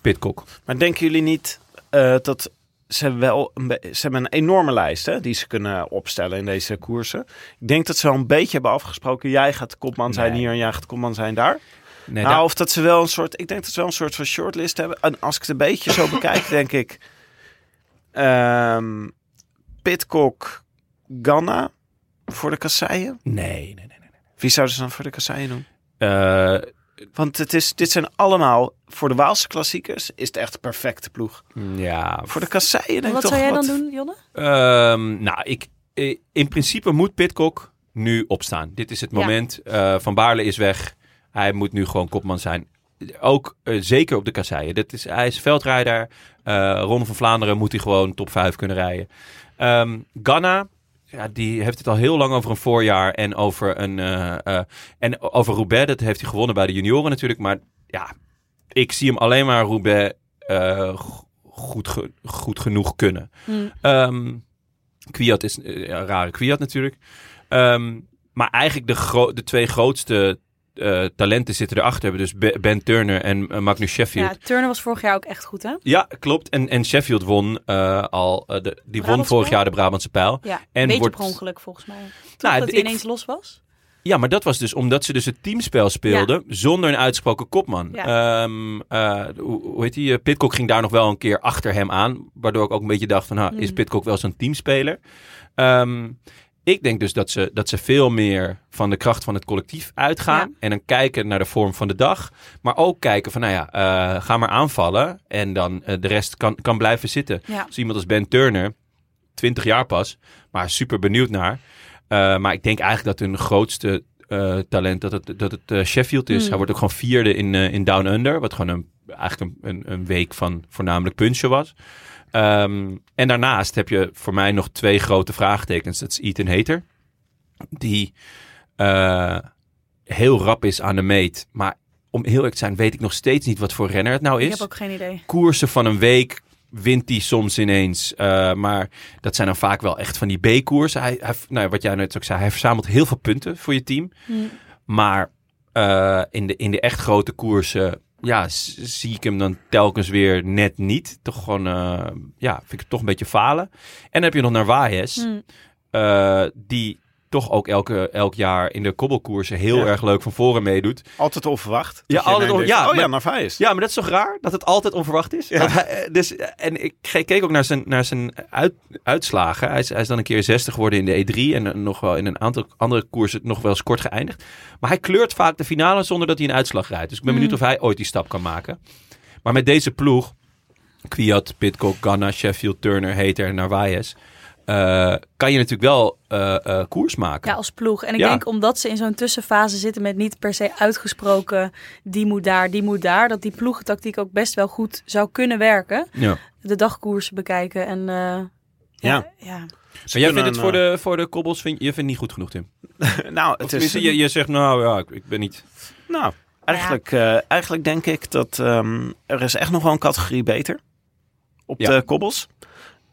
Pitcock.
Maar denken jullie niet eh, dat ze wel een be- ze hebben een enorme lijst hè, die ze kunnen opstellen in deze koersen? Ik denk dat ze wel een beetje hebben afgesproken. Jij gaat de kopman zijn
Nee.
hier en jij gaat de kopman zijn daar.
Nee,
nou,
daar-
of dat ze wel een soort. Ik denk dat ze wel een soort van shortlist hebben. En als ik het een beetje zo bekijk, denk ik. ehm Pitcock, Ganna voor de kasseien.
nee, nee, nee. nee.
Wie zouden ze dan voor de kasseien doen?
Eh,
Want het is, dit zijn allemaal voor de Waalse klassiekers is het echt de perfecte ploeg.
mm, ja,
Voor de kasseien denk
En
ik
Wat
toch
zou jij dan
wat-
doen, Jonne?
Ehm, nou, ik, eh, in principe moet Pitcock nu opstaan. Dit is het
Ja.
moment. Eh, Van Baarle is weg. Hij moet nu gewoon kopman zijn. Ook eh, zeker op de kasseien. Dit is, hij is veldrijder. Eh Ronde van Vlaanderen moet hij gewoon top 5 kunnen rijden. Ehm Ganna ja, die heeft het al heel lang over een voorjaar en over een. eh, eh, en over Roubaix. Dat heeft hij gewonnen bij de junioren natuurlijk. Maar ja, ik zie hem alleen maar Roubaix eh, go- goed, ge- goed genoeg kunnen.
Hm.
Ehm Kwiat is eh, ja, een rare Kwiat natuurlijk. Ehm, maar eigenlijk de, gro- de twee grootste eh, talenten zitten erachter. Hebben dus Be- Ben Turner en eh, Magnus Sheffield.
Ja, Turner was vorig jaar ook echt goed, hè?
Ja, klopt. En, en Sheffield won eh, al. eh, de, die won
Brabantse
vorig
pijl?
jaar de Brabantse pijl.
Ja,
En
een beetje
wordt-
per ongeluk volgens mij. Toch
Nou,
dat
d-
hij
ik-
ineens los was?
Ja, maar dat was dus omdat ze dus het teamspel speelden zonder een uitgesproken kopman. Ehm, eh, hoe, hoe heet die? Eh, Pidcock ging daar nog wel een keer achter hem aan. Waardoor ik ook een beetje dacht van, ha, is
Mm.
Pidcock wel zo'n teamspeler? Ehm, ik denk dus dat ze, dat ze veel meer van de kracht van het collectief uitgaan. En dan kijken naar de vorm van de dag. Maar ook kijken van, nou ja, eh, ga maar aanvallen. En dan eh, de rest kan, kan blijven zitten.
Ja.
Dus iemand als Ben Turner, 20 jaar pas, maar super benieuwd naar. Eh, maar ik denk eigenlijk dat hun grootste eh, talent dat het, dat het eh, Sheffield is.
Mm.
Hij wordt ook gewoon vierde in, eh, in Down Under, wat gewoon een, eigenlijk een, een, een week van voornamelijk punchen was. Ehm, en daarnaast heb je voor mij nog twee grote vraagtekens. Dat is Ethan Hater, die eh, heel rap is aan de meet. Maar om heel eerlijk te zijn, weet ik nog steeds niet wat voor renner het nou is
Ik heb ook geen idee.
koersen van een week wint hij soms ineens. Eh, maar dat zijn dan vaak wel echt van die B-koersen. Hij, hij, nou, wat jij net ook zei, hij verzamelt heel veel punten voor je team.
Hm.
Maar eh, in, de, in de echt grote koersen ja, s- zie ik hem dan telkens weer net niet. Toch gewoon, eh, ja, vind ik het toch een beetje falen. En dan heb je nog Narvaez,
Hm.
eh, die toch ook elke, elk jaar in de kobbelkoersen heel
Ja.
erg leuk van voren meedoet.
Altijd onverwacht. Dat
Ja,
je
altijd
ineens
on-
denkt,
ja,
oh ja,
maar-
Narvaez.
Ja, maar dat is toch raar dat het altijd onverwacht is? Dat hij, eh, dus, eh, en ik ge- keek ook naar zijn, naar zijn uit, uitslagen. Hij is, hij is dan een keer 60 geworden in de E3 en eh, nog wel in een aantal andere koersen nog wel eens kort geëindigd. Maar hij kleurt vaak de finale zonder dat hij een uitslag rijdt. Dus ik ben
Mm.
benieuwd of hij ooit die stap kan maken. Maar met deze ploeg, Kwiat, Pitcock, Ganna, Sheffield, Turner, Hater en Narvaez, eh, kan je natuurlijk wel eh, eh, koers maken.
Ja, als ploeg. En ik
Ja.
denk omdat ze in zo'n tussenfase zitten met niet per se uitgesproken die moet daar, die moet daar, dat die ploegentactiek ook best wel goed zou kunnen werken.
Ja.
De dagkoersen bekijken en eh,
Ja.
ja.
Maar jij vindt
kunnen
het voor
een,
de, voor de kobbels vind, je vindt het niet goed genoeg, Tim?
Nou, het
Of
is,
tenminste, je, je zegt nou ja, ik, ik ben niet...
nou eigenlijk, eh, eigenlijk denk ik dat ehm, er is echt nog wel een categorie beter op
Ja.
de kobbels.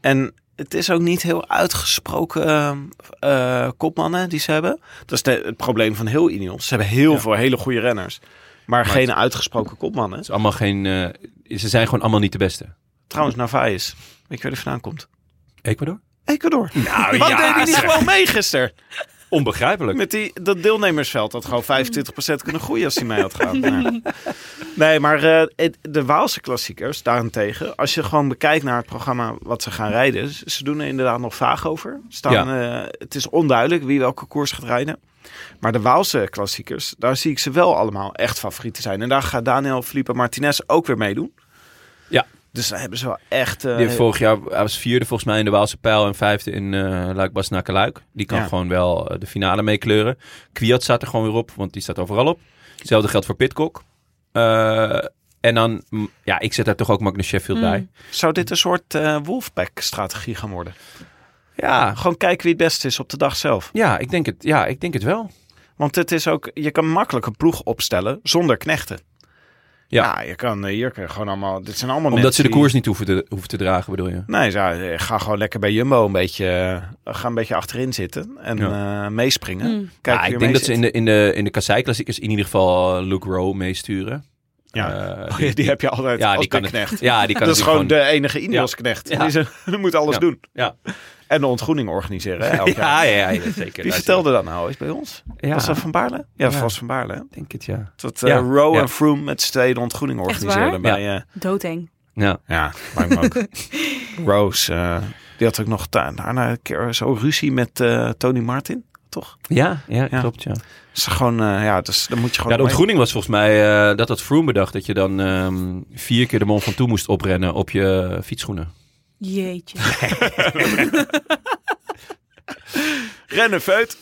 En het is ook niet heel uitgesproken ehm, eh, kopmannen die ze hebben. Dat is de- het probleem van heel Ineos. Ze hebben heel
Ja.
veel hele goede renners. Maar,
Maar
geen uitgesproken kopmannen.
Het is allemaal geen. eh, ze zijn gewoon allemaal niet de beste.
Trouwens, Narvaez. Weet je waar die vandaan komt?
Ecuador?
Ecuador. Nou, Waarom
ja,
deed hij niet
zeg.
gewoon mee gisteren?
Onbegrijpelijk.
Met die, dat deelnemersveld had gewoon 25% kunnen groeien als hij mee had gehad. Nou. Nee, maar eh, het- de Waalse klassiekers daarentegen, als je gewoon bekijkt naar het programma wat ze gaan rijden, ze- ze doen er inderdaad nog vaag over. Staan, eh, het is onduidelijk wie welke koers gaat rijden. Maar de Waalse klassiekers, daar zie ik ze wel allemaal echt favorieten zijn. En daar gaat Daniel Felipe Martinez ook weer meedoen.
Ja.
Dus daar hebben ze wel echt... eh,
Die heeft vorig jaar hij was vierde volgens mij in de Waalse Pijl en vijfde in eh luik basnaken luik Die kan
Ja.
gewoon wel eh, de finale meekleuren. Kwiat staat er gewoon weer op, want die staat overal op. Hetzelfde geldt voor Pitcock. Eh, en dan, mm, ja, ik zet daar toch ook Magnus Sheffield
Mm.
bij.
Zou dit een soort eh, Wolfpack-strategie gaan worden?
Ja,
Gewoon kijken wie het beste is op de dag zelf.
ja, ik denk het, ja, ik denk het wel.
Want het is ook, je kan makkelijk een ploeg opstellen zonder knechten.
Ja.
Ja, je kan eh, hier kan je gewoon allemaal, dit zijn allemaal
Omdat
mensen
ze de
die-
koers niet hoeven te, hoeven te dragen, bedoel je?
Nee, ja, eh, ga gewoon lekker bij Jumbo een beetje, eh, ga een beetje achterin zitten en eh, meespringen.
Mm.
Kijk,
ja,
wie
ik
er
denk
mee
dat ze
zit.
in de, in de, in de Kassei-klassiekers in ieder geval eh, Luke Rowe meesturen.
Ja.
Eh,
Oh ja, die heb je altijd
Ja, die
als
kan het-
knecht.
ja, die kan
Dat is
natuurlijk
gewoon de enige Ineos-knecht.
Ja.
Die, ze, die moet alles
Ja.
doen.
Ja.
En de ontgroening organiseren. Hè, elk
Ja,
jaar.
ja, ja, zeker.
Wie vertelde dat nou eens bij ons?
Ja,
Was dat Van Baarle? Ja, dat
Ja.
was Van Baarle. hè?
denk het, ja.
Dat
Ja.
eh Rowe
Ja.
en Froome met z'n tweeën de ontgroening
Echt waar?
organiseren bij... eh,
doodeng.
Ja,
Ja, lijkt me ook. Rose, eh, die had ook nog ta- daarna een keer zo ruzie met eh, Tony Martin, toch?
ja,
Ja.
klopt, ja.
Dus gewoon, eh, ja, dus dan moet je
Ja,
gewoon...
de ontgroening was volgens mij eh, dat dat Froome bedacht. Dat je dan ehm, vier keer de Mont Ventoux moest oprennen op je fietsschoenen.
Jeetje.
Rennen, feut!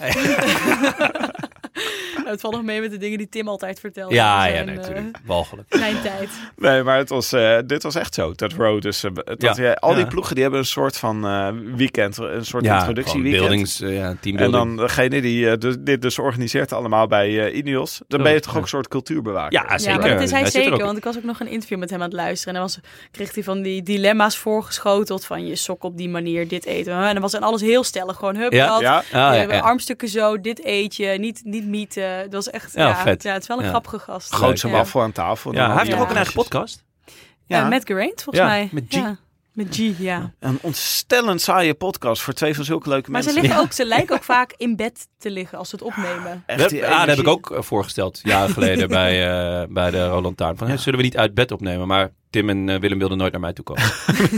Nou, het valt nog mee met de dingen die Tim altijd vertelt.
Ja,
over
ja,
zijn,
nee,
eh,
natuurlijk. Walgelijk.
Mijn tijd.
Nee, maar het was, eh, dit was echt zo. Dat Road dus, eh, dat,
Ja.
eh, al die
Ja.
ploegen die hebben een soort van eh, weekend, een soort
gewoon
introductieweekend.
buildings, eh, ja,
En
teambuilding.
dan degene die eh, dus- dit dus organiseert allemaal bij eh, Ineos, dan
Ja,
ben je toch ook
Oh, ja.
een soort cultuurbewaker.
ja, zeker.
Ja, maar dat is hij,
zit er
zeker.
ook in.
Want ik was ook nog een interview met hem aan het luisteren. En dan was, kreeg hij van die dilemma's voorgeschoteld. Van je sok op die manier, dit eten. we. En dan was en alles heel stellig. Gewoon hup,
Ja,
dat.
Ja,
Ah, ja,
eh,
ja.
Armstukken zo, dit eet je. Niet, niet mieten. Dat was echt,
Ja,
ja,
vet.
ja, het is wel een
Ja.
grappige gast.
groot zijn
ja.
waffel aan tafel.
Ja, hij heeft
Ja.
toch ook een eigen
pot.
podcast?
Ja,
Ja,
met Geraint volgens
Ja,
mij.
met G.
Ja, met G, ja.
een ontstellend saaie podcast voor twee van zulke leuke
Maar ze,
mensen.
liggen ook, ze lijken ook vaak in bed te liggen als ze het opnemen.
Echt
Dat,
die
ah, dat heb
energie.
ik ook eh, voorgesteld, jaren geleden, bij, eh, bij de Roland Taarn. Van, hey, zullen we niet uit bed opnemen? Maar Tim en eh, Willem wilden nooit naar mij toe komen.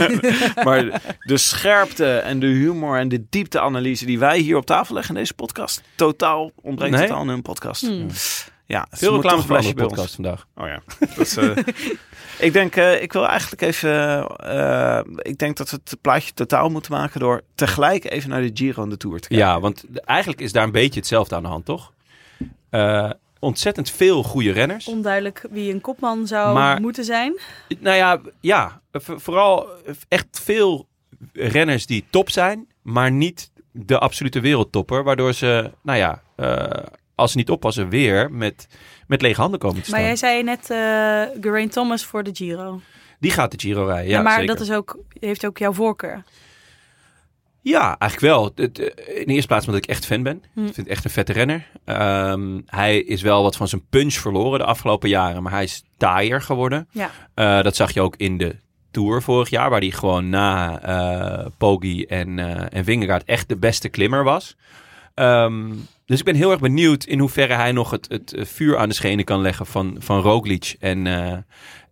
Maar de scherpte en de humor en de diepteanalyse die wij hier op tafel leggen in deze podcast, totaal ontbreekt
Nee.
totaal aan hun podcast.
Hmm.
Ja, het
Veel
moet
reclame
toch
voor
een
de
beetje bij ons.
podcast vandaag.
Oh ja. Dat is, eh, ik denk, eh, ik wil eigenlijk even. eh, ik denk dat we het plaatje totaal moeten maken door tegelijk even naar de Giro en de Tour te kijken.
Ja, want de- eigenlijk is daar een beetje hetzelfde aan de hand, toch? Eh, ontzettend veel goede renners.
Onduidelijk wie een kopman zou
Maar-
moeten zijn.
Nou ja, ja, v- vooral echt veel renners die top zijn, maar niet de absolute wereldtopper. Waardoor ze, nou ja, eh, als ze niet oppassen, weer met, met lege handen komen te staan.
Maar jij zei net eh Geraint Thomas voor de Giro.
Die gaat de Giro rijden, ja,
Ja, maar
zeker.
dat is ook, heeft ook jouw voorkeur.
Ja, eigenlijk wel. Het, eh, In de eerste plaats omdat ik echt fan ben.
Hm.
Ik vind het echt een vette renner. Ehm, hij is wel wat van zijn punch verloren de afgelopen jaren, maar hij is taaier geworden.
Ja.
Eh, dat zag je ook in de Tour vorig jaar, waar hij gewoon na eh Poggi en, eh en Vingegaard echt de beste klimmer was. Ehm, dus ik ben heel erg benieuwd in hoeverre hij nog het, het eh, vuur aan de schenen kan leggen van, van Roglic en, eh,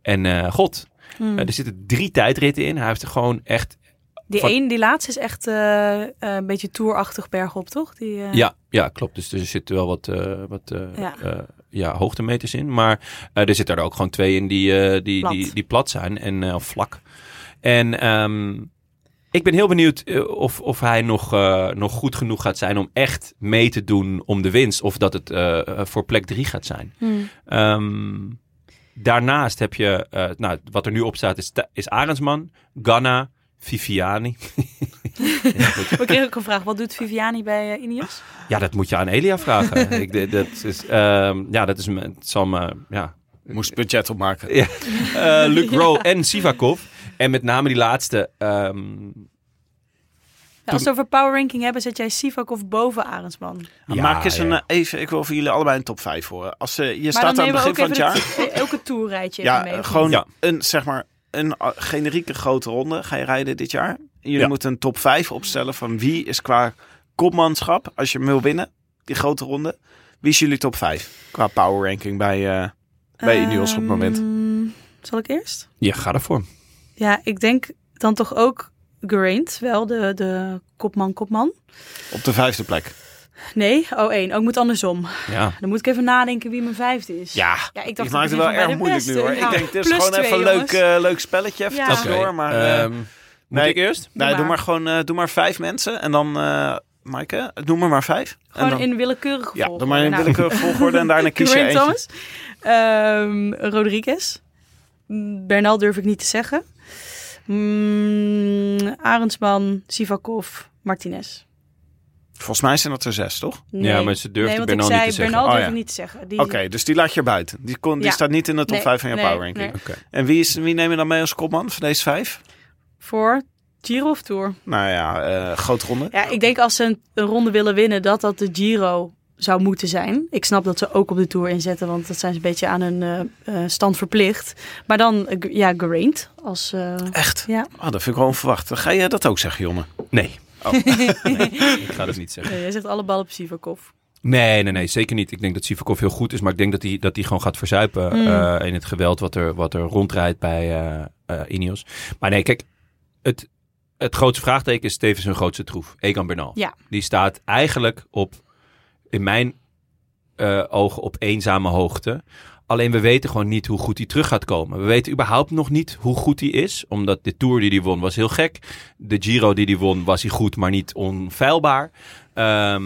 en eh, God.
Hmm.
Eh, er zitten drie tijdritten in. Hij heeft er gewoon echt
Die,
Van-
een, die laatste is echt eh, eh, een beetje tourachtig bergop, toch? Die, eh,
Ja, ja, klopt. Dus er zitten wel wat, eh, wat eh,
Ja.
eh, ja, hoogtemeters in. Maar eh, er zitten er ook gewoon twee in die, eh, die,
Plat.
Die, die plat zijn en eh, of vlak. En ehm, ik ben heel benieuwd eh, of, of hij nog, eh, nog goed genoeg gaat zijn om echt mee te doen om de winst. Of dat het eh, eh, voor plek drie gaat zijn.
Hmm.
Ehm, daarnaast heb je, eh, nou, wat er nu op staat is, Ta- is Arendsman, Ganna, Viviani. ja, goed.
We kregen ook een vraag, wat doet Viviani bij eh, Ineos?
Ja, dat moet je aan Elia vragen. ik, d- dat is, ehm, ja, dat is mijn- het zal me, ja.
Moest budget opmaken.
Eh, Luc Rowe en Sivakov. En met name die laatste. ehm,
Ja, als we het over power ranking hebben, zet jij Sivakov boven Arendsman.
Ja,
Maak eens
ja.
een, eh, even, ik wil voor jullie allebei een top 5 horen. Als, eh, je
Maar
staat aan
dan
het
nemen we
begin
ook
van het
even
jaar.
het- eh, elke tourrijtje
ja,
even mee.
eh, gewoon
Ja.
een, zeg maar, een eh, generieke grote ronde ga je rijden dit jaar. En Jullie
Ja.
moeten een top 5 opstellen van wie is qua kopmanschap, als je hem wil winnen, die grote ronde. Wie is jullie top 5 qua power ranking bij, eh, bij Ineos op het moment?
Ehm, Zal ik eerst?
ja, ga ervoor.
Ja, ik denk dan toch ook Geraint, wel de, de kopman, kopman.
Op de vijfde plek.
Nee, oh één, ook moet andersom.
Ja.
Dan moet ik even nadenken wie mijn vijfde is.
Ja,
ja ik
Ik
dacht
maak
dat
het
ik
wel
even bij
erg
de
moeilijk
beste-
nu hoor.
Ja,
Ik denk, dit is
plus
gewoon even
twee,
een leuk,
jongens.
eh, leuk spelletje. Even
Ja.
ja.
Oké,
door, maar... eh,
ehm, moet
nee.
ik eerst?
nee, doe
doe maar.
maar gewoon eh, doe maar vijf mensen. En dan, eh Maaike, noem er maar vijf.
Gewoon
en dan,
in willekeurige
ja,
volgorde.
doe maar in
Nou,
willekeurige volgorde en daarna kies je
Geraint
eentje.
Thomas, Ehm, Rodriguez, Mm, Bernal durf ik niet te zeggen. Mm, Arendsman, Sivakov, Martinez.
Volgens mij zijn dat er zes, toch?
Nee.
Ja, maar ze durfde
nee, want
Bernal
ik
niet
zei,
te zeggen.
Bernal
Oh,
durf
ja.
ik niet te zeggen. Die,
Oké, dus die laat je buiten. Die, kon, die
Ja.
staat niet in de top
Nee,
5 van je
nee,
power ranking.
nee.
En wie, is, wie neem je dan mee als kopman van deze vijf?
Voor Giro of Tour?
Nou ja, eh grote ronde.
Ja, ik denk als ze een, een ronde willen winnen, dat dat de Giro zou moeten zijn. Ik snap dat ze ook op de Tour inzetten, want dat zijn ze een beetje aan hun eh, eh, stand verplicht. Maar dan, eh, g- ja, Geraint als... eh,
Echt?
ja.
Oh, dat vind ik wel onverwacht. Ga jij dat ook zeggen, jongen?
Nee. ik ga dat niet zeggen.
Nee, jij zegt alle ballen op Sivakov.
Nee, nee, nee, zeker niet. Ik denk dat Sivakov heel goed is, maar ik denk dat hij dat hij gewoon gaat verzuipen
Mm.
eh, in het geweld wat er, wat er rondrijdt bij eh eh, Ineos. Maar nee, kijk, het, het grootste vraagteken is tevens hun grootste troef, Egan Bernal.
Ja.
Die staat eigenlijk op, in mijn eh, ogen, op eenzame hoogte. Alleen we weten gewoon niet hoe goed hij terug gaat komen. We weten überhaupt nog niet hoe goed hij is. Omdat de Tour die hij won was heel gek. De Giro die hij won was hij goed, maar niet onfeilbaar. Ehm,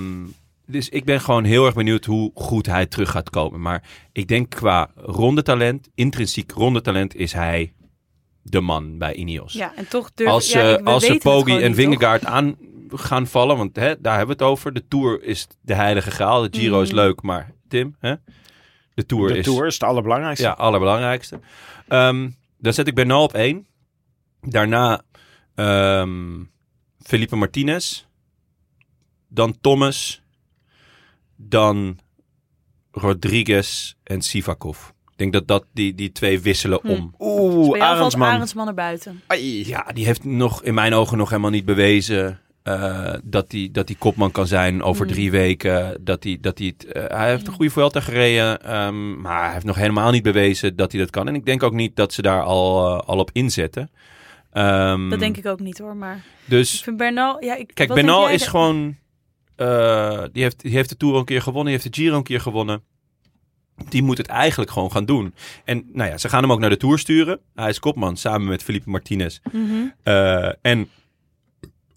dus ik ben gewoon heel erg benieuwd hoe goed hij terug gaat komen. Maar ik denk qua rondetalent, intrinsiek rondetalent, is hij de man bij Ineos.
Ja, en toch durf
als
ja,
eh,
ik- we
als ze
weten het
Poggi
gewoon
en
niet,
Vingegaard aan gaan vallen, want hè, daar hebben we het over. De Tour is de heilige graal. De Giro is
Mm.
leuk, maar Tim, hè? de Tour
de
is
Tour is het allerbelangrijkste.
ja, allerbelangrijkste. Ehm, dan zet ik Bernal op één. Daarna ehm Felipe Martinez. Dan Thomas. Dan Rodriguez en Sivakov. Ik denk dat, dat die, die twee wisselen
Hm.
om.
toch? Bij
Oeh,
jou valt
Arendsman.
Arendsman naar buiten.
Ai.
Ja, die heeft nog in mijn ogen nog helemaal niet bewezen eh, dat hij dat die kopman kan zijn over
Mm.
drie weken. Dat hij, dat hij, het, eh, hij heeft
Hmm.
een goede Vuelta gereden, ehm, maar hij heeft nog helemaal niet bewezen dat hij dat kan. En ik denk ook niet dat ze daar al, eh, al op inzetten. Ehm,
Dat denk ik ook niet hoor, maar ik
Dus
vind Bernal... Ja, ik,
kijk,
wat denk
Benal
jij
is
dat-
gewoon... eh, die, heeft, die heeft de Tour al een keer gewonnen, die heeft de Giro een keer gewonnen. Die moet het eigenlijk gewoon gaan doen. En nou ja, ze gaan hem ook naar de Tour sturen. Hij is kopman samen met Felipe Martinez.
Mhm.
Eh, en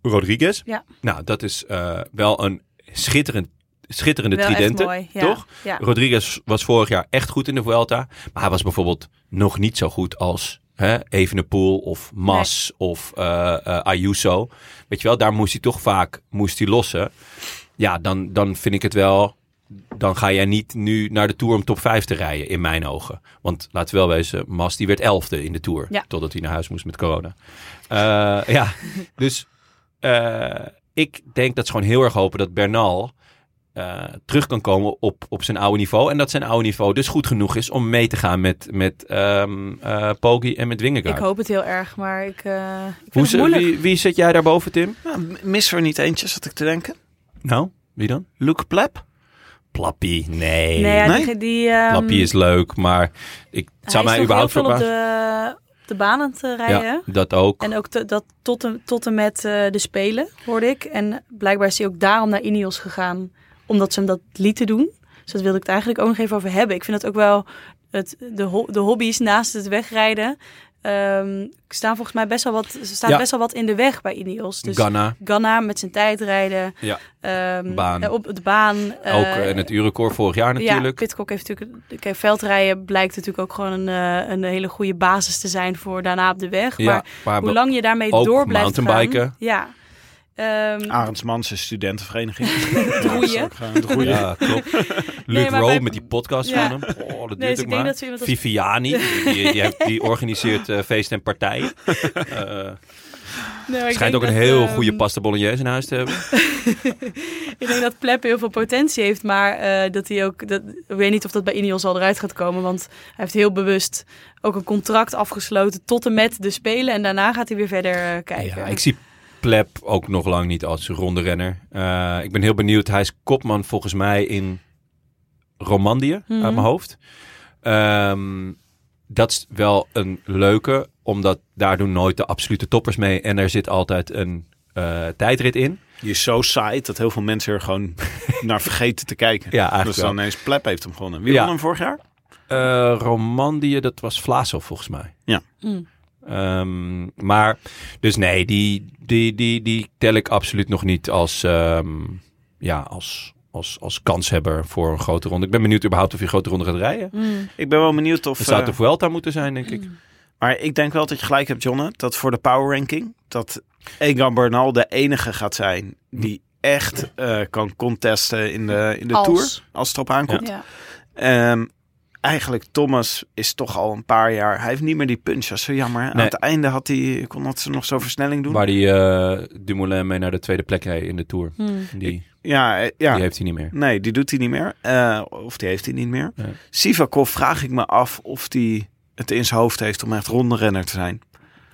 Rodriguez.
Ja.
Nou, dat is eh, wel een schitterend, schitterende
Wel echt
tridente.
mooi, ja.
toch?
Ja.
Rodriguez was vorig jaar echt goed in de Vuelta. Maar hij was bijvoorbeeld nog niet zo goed als hè, Evenepoel of Mas of eh, eh, Ayuso. Weet je wel, daar moest hij toch vaak moest hij lossen. Ja, dan, dan vind ik het wel... Dan ga jij niet nu naar de Tour om top 5 te rijden, in mijn ogen. Want laten we wel wezen, Mas die werd elfde in de Tour.
Ja.
Totdat hij naar huis moest met corona. Eh, ja, dus eh, ik denk dat ze gewoon heel erg hopen dat Bernal eh, terug kan komen op, op zijn oude niveau. En dat zijn oude niveau dus goed genoeg is om mee te gaan met, met ehm eh, Poggi en met
Ik
Wingegaard.
hoop het heel erg, maar ik, eh ik vind
Hoe,
het
ze-
moeilijk.
wie, wie zet jij daarboven, Tim?
Nou, m- missen we er niet eentje, zat ik te denken.
Nou, wie dan?
Luke Plep.
Plappie, nee.
Nee, ja,
Nee?
die... die ehm,
Plappie is leuk, maar ik het zou
hij
mij
is nog heel
überhaupt
veel op
verbazen.
de, op de banen te eh, rijden.
Ja, dat ook.
En ook te- dat tot en, tot en met eh, de Spelen, hoorde ik. En blijkbaar is hij ook daarom naar Ineos gegaan, omdat ze hem dat lieten doen. Dus dat wilde ik het eigenlijk ook nog even over hebben. Ik vind dat ook wel, het, de, ho- de hobby's naast het wegrijden, ehm, staan volgens mij best wel wat, ze staan
Ja.
best wel wat in de weg bij Ineos. Dus
Ghana,
Ganna met zijn tijdrijden,
Ja.
ehm,
Baan.
eh, op de baan. eh,
ook eh, het urenrecord vorig jaar natuurlijk.
ja, Pitcock heeft natuurlijk... Kijk, veldrijden blijkt natuurlijk ook gewoon een, eh, een hele goede basis te zijn voor daarna op de weg.
Ja,
maar
maar
hoe lang je daarmee
ook
door blijft
mountainbiken.
gaan. Ja. Ehm,
Ah,
Arendsman, zijn studentenvereniging.
Droeien.
Droeien.
Ja, klopt. Luke
Nee, maar
Rowe
bij-
met die podcast
Ja.
van hem. Oh, dat
nee,
duurt
dus
ook
ik denk
maar.
dat ze iemand als...
Viviani, die, die, heeft- die organiseert eh, feesten en partijen. Eh
Nee, maar ik denk
schijnt ook een
dat,
heel
ehm,
goede pasta bolognese in huis te hebben.
Ik denk dat Plep heel veel potentie heeft, maar eh, dat hij ook... Dat, ik weet niet of dat bij Ineos al eruit gaat komen, want hij heeft heel bewust ook een contract afgesloten tot en met de Spelen. En daarna gaat hij weer verder eh, kijken.
Ja, ik zie Pleb ook nog lang niet als ronde renner. Eh, ik ben heel benieuwd. Hij is kopman volgens mij in Romandie,
Mhm.
uit mijn hoofd. Ehm, dat is wel een leuke, omdat daar doen nooit de absolute toppers mee. En er zit altijd een eh, tijdrit in.
Die is zo saai dat heel veel mensen er gewoon naar vergeten te kijken.
Ja, eigenlijk
dus
wel.
dan ineens Plep heeft hem gewonnen. Wie
Ja.
won hem vorig jaar?
Eh Romandie, dat was Vlaasov volgens mij.
Mm.
Ehm, maar, dus nee, die, die, die, die tel ik absoluut nog niet als, ehm, ja, als, als, als kanshebber voor een grote ronde. Ik ben benieuwd überhaupt of je een grote ronde gaat rijden.
Mm.
Ik ben wel benieuwd of...
Het zou
eh,
de Vuelta moeten zijn, denk ik.
maar ik denk wel dat je gelijk hebt, Jonne. Dat voor de power ranking, dat Egan Bernal de enige gaat zijn die echt eh, kan contesten in de, in de
Als.
Tour. Als het erop aankomt.
Ja.
Ehm, eigenlijk, Thomas is toch al een paar jaar... Hij heeft niet meer die punch, dat is zo jammer. Aan
Nee.
het einde had hij, kon dat ze nog zo'n versnelling doen.
Waar die eh Dumoulin mee naar de tweede plek reed in de Tour.
Mm.
Die,
ja, eh, ja.
die heeft hij niet meer.
Nee, die doet hij niet meer. Eh, of die heeft hij niet meer.
Nee.
Sivakov vraag ik me af of hij het in zijn hoofd heeft om echt ronderenner te zijn.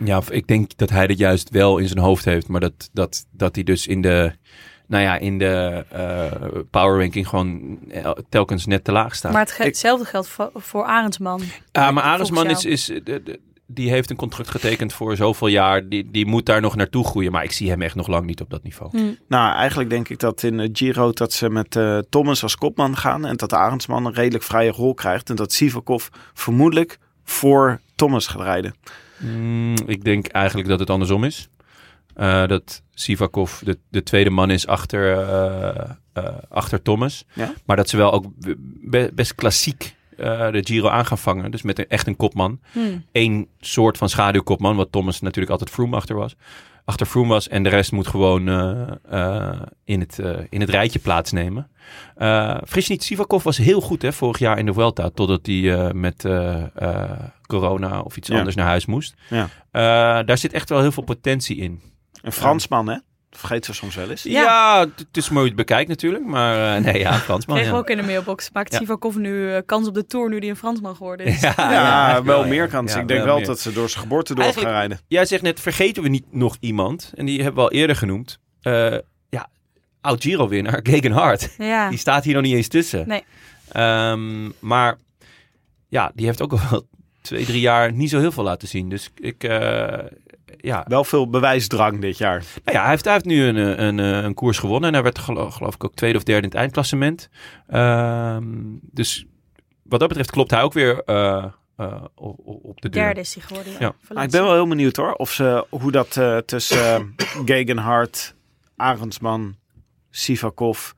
Ja, of ik denk dat hij dat juist wel in zijn hoofd heeft. Maar dat, dat, dat hij dus in de, nou ja, in de eh, power ranking gewoon eh, telkens net te laag staat.
Maar het ge-
Ik-
hetzelfde geldt voor, voor Arendsman.
Ja, maar Arendsman is,
Volgens jou.
is eh, de- de- die heeft een contract getekend voor zoveel jaar. Die, die moet daar nog naartoe groeien. Maar ik zie hem echt nog lang niet op dat niveau.
Mm.
Nou, eigenlijk denk ik dat in eh, Giro dat ze met eh, Thomas als kopman gaan. En dat Arendsman een redelijk vrije rol krijgt. En dat Sivakov vermoedelijk voor Thomas gaat rijden.
Mm, ik denk eigenlijk dat het andersom is. Eh, dat Sivakov de, de tweede man is achter, eh, eh, achter Thomas.
Ja.
Maar dat ze wel ook be- best klassiek eh, de Giro aan gaan vangen. Dus met een, echt een kopman.
Hmm.
Eén soort van schaduwkopman, wat Thomas natuurlijk altijd Froome achter was. Achter Froome was en de rest moet gewoon eh, eh, in, het, eh, in het rijtje plaatsnemen. Eh vergis je niet, Sivakov was heel goed hè, vorig jaar in de Vuelta. Totdat hij eh, met eh, eh, corona of iets
Ja.
anders naar huis moest.
Ja.
Eh, daar zit echt wel heel veel potentie in.
Een Fransman, hè? Dat vergeten we soms wel eens.
Ja.
Ja, het het is mooi bekijkt natuurlijk, maar eh, nee, ja, Fransman.
Kregen we
ja.
ook in de mailbox. Maakt
Ja.
Sivakov nu eh, kans op de Tour nu die een Fransman geworden is?
Ja,
Ja,
ja, eigenlijk
wel
ja.
meer kans.
Ja,
ik denk wel,
meer.
dat ze door zijn geboorte door
Eigenlijk-
gaan rijden.
Jij zegt net, vergeten we niet nog iemand. En die hebben we al eerder genoemd. Eh, ja, oud-Giro-winnaar, Gegenhard.
Ja.
Die staat hier nog niet eens tussen.
Nee.
Ehm, maar ja, die heeft ook al wel twee, drie jaar niet zo heel veel laten zien. Dus ik, eh, ja.
Wel veel bewijsdrang dit jaar.
Nou ja, hij heeft, hij heeft nu een, eh, een, eh, een koers gewonnen. En hij werd gelo- geloof ik ook tweede of derde in het eindklassement. Ehm, dus wat dat betreft klopt hij ook weer eh, eh, o- o- op de deur.
Derde is hij geworden. Ja.
Ja.
Maar Ah, Nou, ik
Valencia.
ben wel heel benieuwd hoor. Of ze, hoe dat eh, tussen uh, Gegenhard, Arendsman, Sivakov.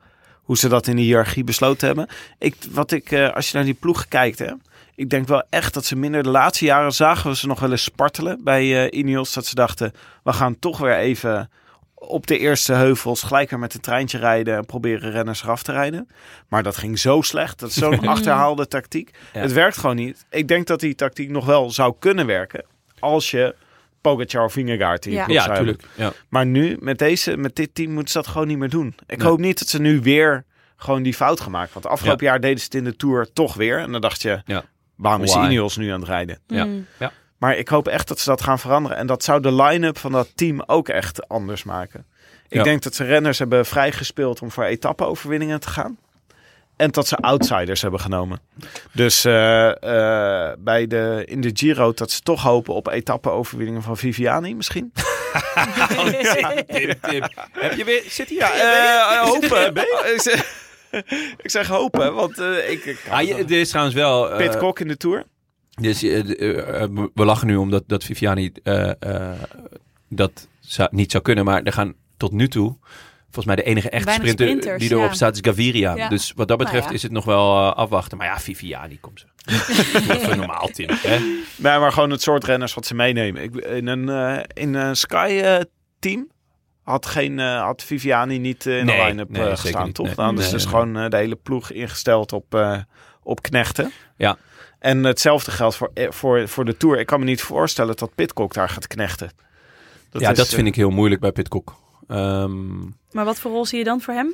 Hoe ze dat in de hiërarchie besloten hebben. Ik, wat ik, eh, als je naar die ploeg kijkt, hè, ik denk wel echt dat ze minder. De laatste jaren zagen we ze nog wel eens spartelen bij eh, Ineos. Dat ze dachten, we gaan toch weer even op de eerste heuvels gelijk weer met het treintje rijden. En proberen renners eraf te rijden. Maar dat ging zo slecht. Dat is zo'n achterhaalde tactiek.
Ja.
Het werkt gewoon niet. Ik denk dat die tactiek nog wel zou kunnen werken. Als je Pogacar of Vingegaard in je
Ja.
ploeg
Ja,
zou hebben.
natuurlijk. Ja.
Maar nu, met, deze, met dit team, moeten ze dat gewoon niet meer doen. Ik
Nee.
hoop niet dat ze nu weer gewoon die fout gaan maken. Want afgelopen jaar deden ze het in de Tour toch weer. En dan dacht je,
Ja.
waarom is
Why?
Ineos nu aan het rijden?
Ja.
Mm.
Maar ik hoop echt dat ze dat gaan veranderen. En dat zou de line-up van dat team ook echt anders maken. Ik
Ja.
denk dat ze renners hebben vrijgespeeld om voor etappe-overwinningen te gaan. En dat ze outsiders hebben genomen. Dus eh, eh, bij de, in de Giro dat ze toch hopen op etappe-overwinningen van Viviani misschien.
Tip, tip. Heb je weer, zit hier?
Ja, eh, hopen. Ik zeg- ik zeg hopen, want eh, ik... ik
Ah, je- er is trouwens wel... eh,
Pit Kok in de Tour.
Dus eh, d- eh, eh, we lachen nu omdat dat Viviani eh, eh, dat zou, niet zou kunnen. Maar er gaan tot nu toe, volgens mij de enige echte
Weinig
sprinter
sprinters,
die erop
ja.
staat is Gaviria.
Ja.
Dus wat dat betreft
Nou ja.
is het nog wel eh, afwachten. Maar ja, Viviani komt ze. Even normaal, Tim. Hè?
Nee, maar gewoon het soort renners wat ze meenemen. Ik, in een, eh, in een Sky-team had, geen, eh, had Viviani niet eh, in
Nee,
de line-up
nee,
eh,
zeker
gestaan,
niet.
toch?
Nee.
Dan is
Nee,
dus
nee.
gewoon eh, de hele ploeg ingesteld op, eh, op knechten.
Ja.
En hetzelfde geldt voor, eh, voor, voor de Tour. Ik kan me niet voorstellen dat Pitcock daar gaat knechten. eh,
ja, dat eh, vind ik heel moeilijk bij Pitcock. Ehm,
Maar wat voor rol zie je dan voor hem?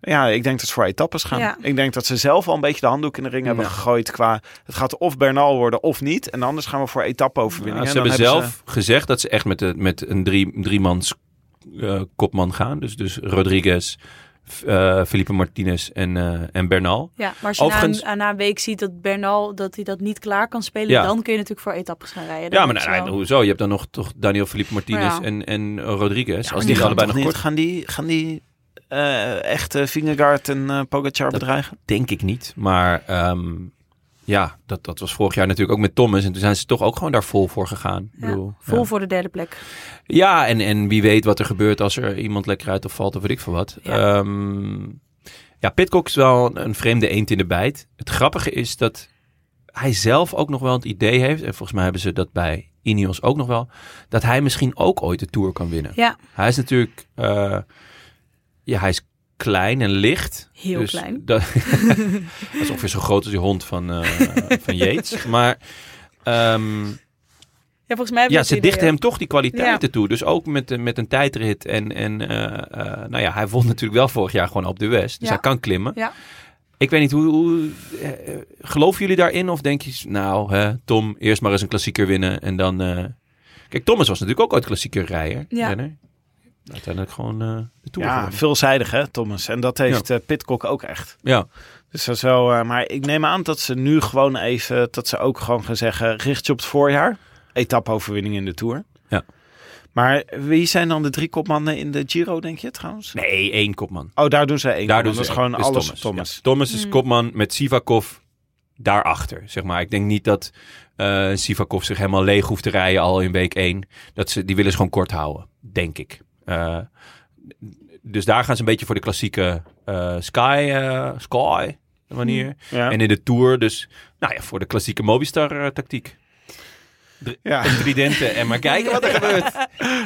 Ja, ik denk dat ze voor etappes gaan.
Ja.
Ik denk dat ze zelf al een beetje de handdoek in de ring hebben
Ja.
gegooid qua... Het gaat of Bernal worden of niet. En anders gaan we voor etappe-overwinningen.
Nou, ze
En dan
hebben zelf
ze-
gezegd dat ze echt met, de, met een drie, driemans eh, kopman gaan. Dus, dus Rodriguez, F- eh Felipe Martinez en, eh, en Bernal.
Ja, maar als je
Overigens-
na, een, na een week ziet dat Bernal dat hij dat niet klaar kan spelen,
Ja.
dan kun je natuurlijk voor etappes gaan rijden.
Ja,
Dat
maar
is
nou,
wel-
nee, hoezo? Je hebt dan nog toch Daniel Felipe Martinez
Maar ja.
en, en Rodriguez. als
Maar
die,
die gaan
allebei
toch
nog
niet-
kort...
Gaan die, gaan die eh, echt eh, Vingegaard en eh, Pogacar bedreigen?
Denk ik niet. Maar ehm, ja, dat, dat was vorig jaar natuurlijk ook met Thomas. En toen zijn ze toch ook gewoon daar vol voor gegaan. Ik
Ja,
bedoel,
Vol
ja.
voor de derde plek.
Ja, en, en wie weet wat er gebeurt als er iemand lekker uit of valt of weet ik veel wat.
Ja.
Ja, ja Pitcock is wel een, een vreemde eend in de bijt. Het grappige is dat hij zelf ook nog wel het idee heeft, en volgens mij hebben ze dat bij Ineos ook nog wel, dat hij misschien ook ooit de Tour kan winnen.
Ja,
Hij is natuurlijk, eh, ja, hij is klein en licht.
heel
Dus
klein.
Dat, dat is ongeveer zo groot als die hond van, eh van Yates. Maar ehm,
Ja, volgens mij hebben
ja,
we
ze
het idee
dichten
ook.
hem toch die kwaliteiten toe. Dus ook met, een- met een tijdrit. En, en eh, eh, nou ja, hij won natuurlijk wel vorig jaar gewoon op de West. Dus
Ja.
hij kan klimmen.
Ja.
Ik weet niet, hoe, hoe eh, eh, geloven jullie daarin? Of denk je, nou hè, Tom, eerst maar eens een klassieker winnen. En dan... eh, Kijk, Thomas was natuurlijk ook ooit klassieker rijder.
Ja.
renner. Uiteindelijk gewoon eh de Tour
Ja,
gewonnen.
veelzijdig hè, Thomas. En dat heeft eh, Pitcock ook echt.
Ja,
Dus dat is wel, eh, maar ik neem aan dat ze nu gewoon even, dat ze ook gewoon gaan zeggen, richt je op het voorjaar. Etappe-overwinning in de Tour.
Ja.
Maar wie zijn dan de drie kopmannen in de Giro, denk je trouwens?
nee, één kopman.
Oh, daar doen ze één.
Daar
want
doen
dat
ze
is gewoon
is
alles
Thomas.
op Thomas.
Ja. Thomas is
Mm.
kopman met Sivakov daarachter, zeg maar. Ik denk niet dat eh Sivakov zich helemaal leeg hoeft te rijden al in week 1. Dat ze, die willen ze gewoon kort houden, denk ik. Eh, dus daar gaan ze een beetje voor de klassieke eh, sky, eh, sky manier.
Mm, Ja.
En in de Tour dus, nou ja, voor de klassieke Mobistar-tactiek.
Ja.
Tridenten en maar kijken wat er gebeurt.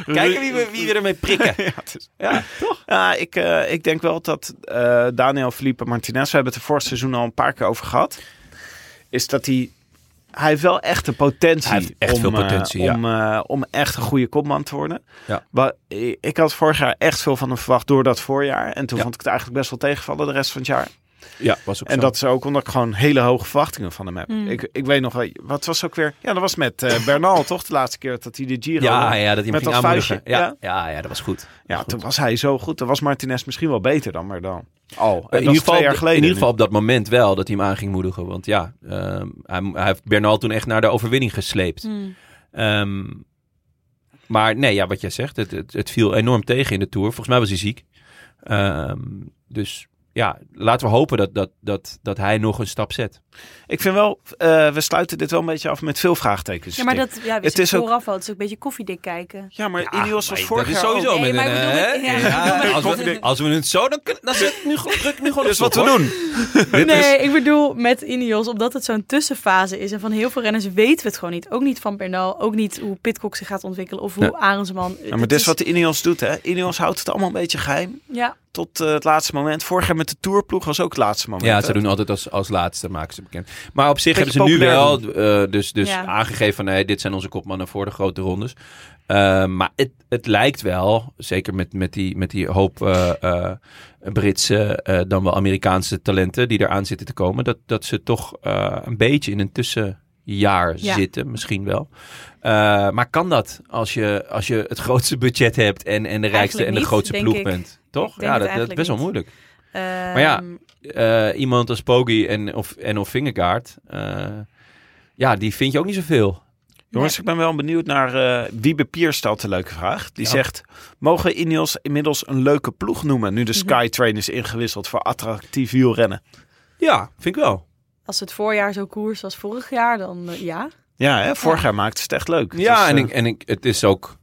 Kijken wie we, wie we ermee prikken.
Ja, het is-
Ja, toch?
Ja, ik, eh, ik denk wel dat eh, Daniel Felipe Martinez, we hebben het er vorig seizoen al een paar keer over gehad, is dat hij, hij heeft wel echt de potentie.
Hij heeft echt
om,
veel
eh,
potentie, ja.
om, eh, om echt een goede kopman te worden.
Ja.
Maar, eh, ik had vorig jaar echt veel van hem verwacht door dat voorjaar. En toen
Ja.
vond ik het eigenlijk best wel tegenvallen de rest van het jaar.
Ja, was ook
En
zo.
dat is ook omdat ik gewoon hele hoge verwachtingen van hem heb.
Mm.
Ik, ik weet nog, wel, wat was ook weer? Ja, dat was met eh, Bernal toch de laatste keer dat hij de Giro
Ja,
won.
ja, eh, dat hij hem
Met
ging
dat
aanmoedigen.
vuistje,
Ja, Eh, ja. Ja, dat was goed.
Ja, toen was hij zo goed. Dan was Martinez misschien wel beter dan Merdal. Al,
In
en dat
ieder,
is
geval,
twee jaar geleden.
in ieder
nu.
geval op dat moment wel dat hij hem aan ging moedigen. Want ja, ehm, hij, hij heeft Bernal toen echt naar de overwinning gesleept.
Mm. Hmm.
Ehm, maar nee, ja, wat jij zegt, het, het, het viel enorm tegen in de Tour. Volgens mij was hij ziek. Ehm, dus ja, laten we hopen dat, dat, dat, dat hij nog een stap zet.
Ik vind wel, eh, we sluiten dit wel een beetje af met veel vraagtekens.
Ja, maar dat ja,
Het
wist
is
ik
ook-
vooraf al. Het is ook een beetje koffiedik kijken.
ja, maar
Ah,
Ineos was
maar
vorig
dat is
jaar ook.
sowieso
Nee,
met
maar
een,
ik bedoel
hè?
met- ja, ik
Ja,
bedoel met-
als, we, als we het zo, dan, kun- dan zit nu, gewoon- druk nu gewoon
Dus wat we
doen.
doen.
Nee, ik bedoel met Ineos, omdat het zo'n tussenfase is. En van heel veel renners weten we het gewoon niet. Ook niet van Bernal, ook niet hoe Pitcock zich gaat ontwikkelen of hoe
Nee.
Arendsman.
Ja, maar dit is wat de Ineos doet, hè. Ineos houdt het allemaal een beetje geheim
Ja,
tot eh, het laatste moment. Vorig jaar met de Tourploeg was ook het laatste moment.
Ja,
hè.
ze doen altijd als, als laatste, maken ze bekend. Maar op zich hebben
Beetje
ze nu wel
populair
eh, dus, dus
Ja.
aangegeven van... Hey, dit zijn onze kopmannen voor de grote rondes. Eh, maar het, het lijkt wel, zeker met, met, die, met die hoop eh, eh, Britse... eh, dan wel Amerikaanse talenten die eraan zitten te komen... dat, dat ze toch eh, een beetje in een tussenjaar
Ja.
zitten, misschien wel. Eh, maar kan dat als je, als je het grootste budget hebt... en, en de rijkste
Eigenlijk
en de
niet,
grootste
denk
ploeg
ik.
bent? Toch?
denk
Ja, dat,
het
dat is
eigenlijk
best wel
niet.
moeilijk.
maar
ja, eh, iemand als Poggi en of, en of Vingegaard, eh, ja, die vind je ook niet zoveel.
Jongens, ik ben wel benieuwd naar eh Wiebe Pier stelt een leuke vraag. Die
Ja.
zegt, mogen Ineos inmiddels een leuke ploeg noemen... nu de
Mhm.
Skytrain is ingewisseld voor attractief wielrennen?
Ja, vind ik wel.
als het voorjaar zo koers was vorig jaar, dan eh, ja.
Ja, hè? vorig jaar maakte ze het echt leuk. Het
Ja,
is,
en,
eh,
ik, en ik, het is ook.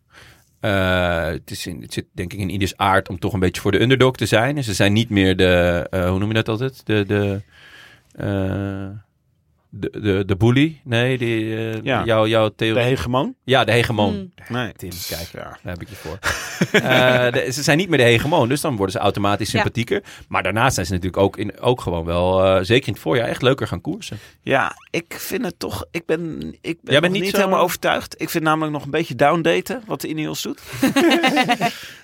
eh, het, is in, het zit denk ik in ieders aard om toch een beetje voor de underdog te zijn. En ze zijn niet meer de. eh, hoe noem je dat altijd? De. de eh, de, de, de bully? Nee, die, eh,
Ja.
jouw, jouw
de
theorie.
hegemoon?
ja, de hegemon.
Mm.
Nee.
Tim,
Dus,
kijk.
ja.
Daar heb ik je voor. Eh, de- ze zijn niet meer de hegemoon, dus dan worden ze automatisch
Ja.
sympathieker. Maar daarnaast zijn ze natuurlijk ook, in, ook gewoon wel, eh, zeker in het voorjaar, echt leuker gaan koersen.
Ja, ik vind het toch... Ik ben, ik ben
Jij bent
nog
niet
niet,
zo-
helemaal overtuigd. Ik vind namelijk nog een beetje downdaten wat de Ineos doet.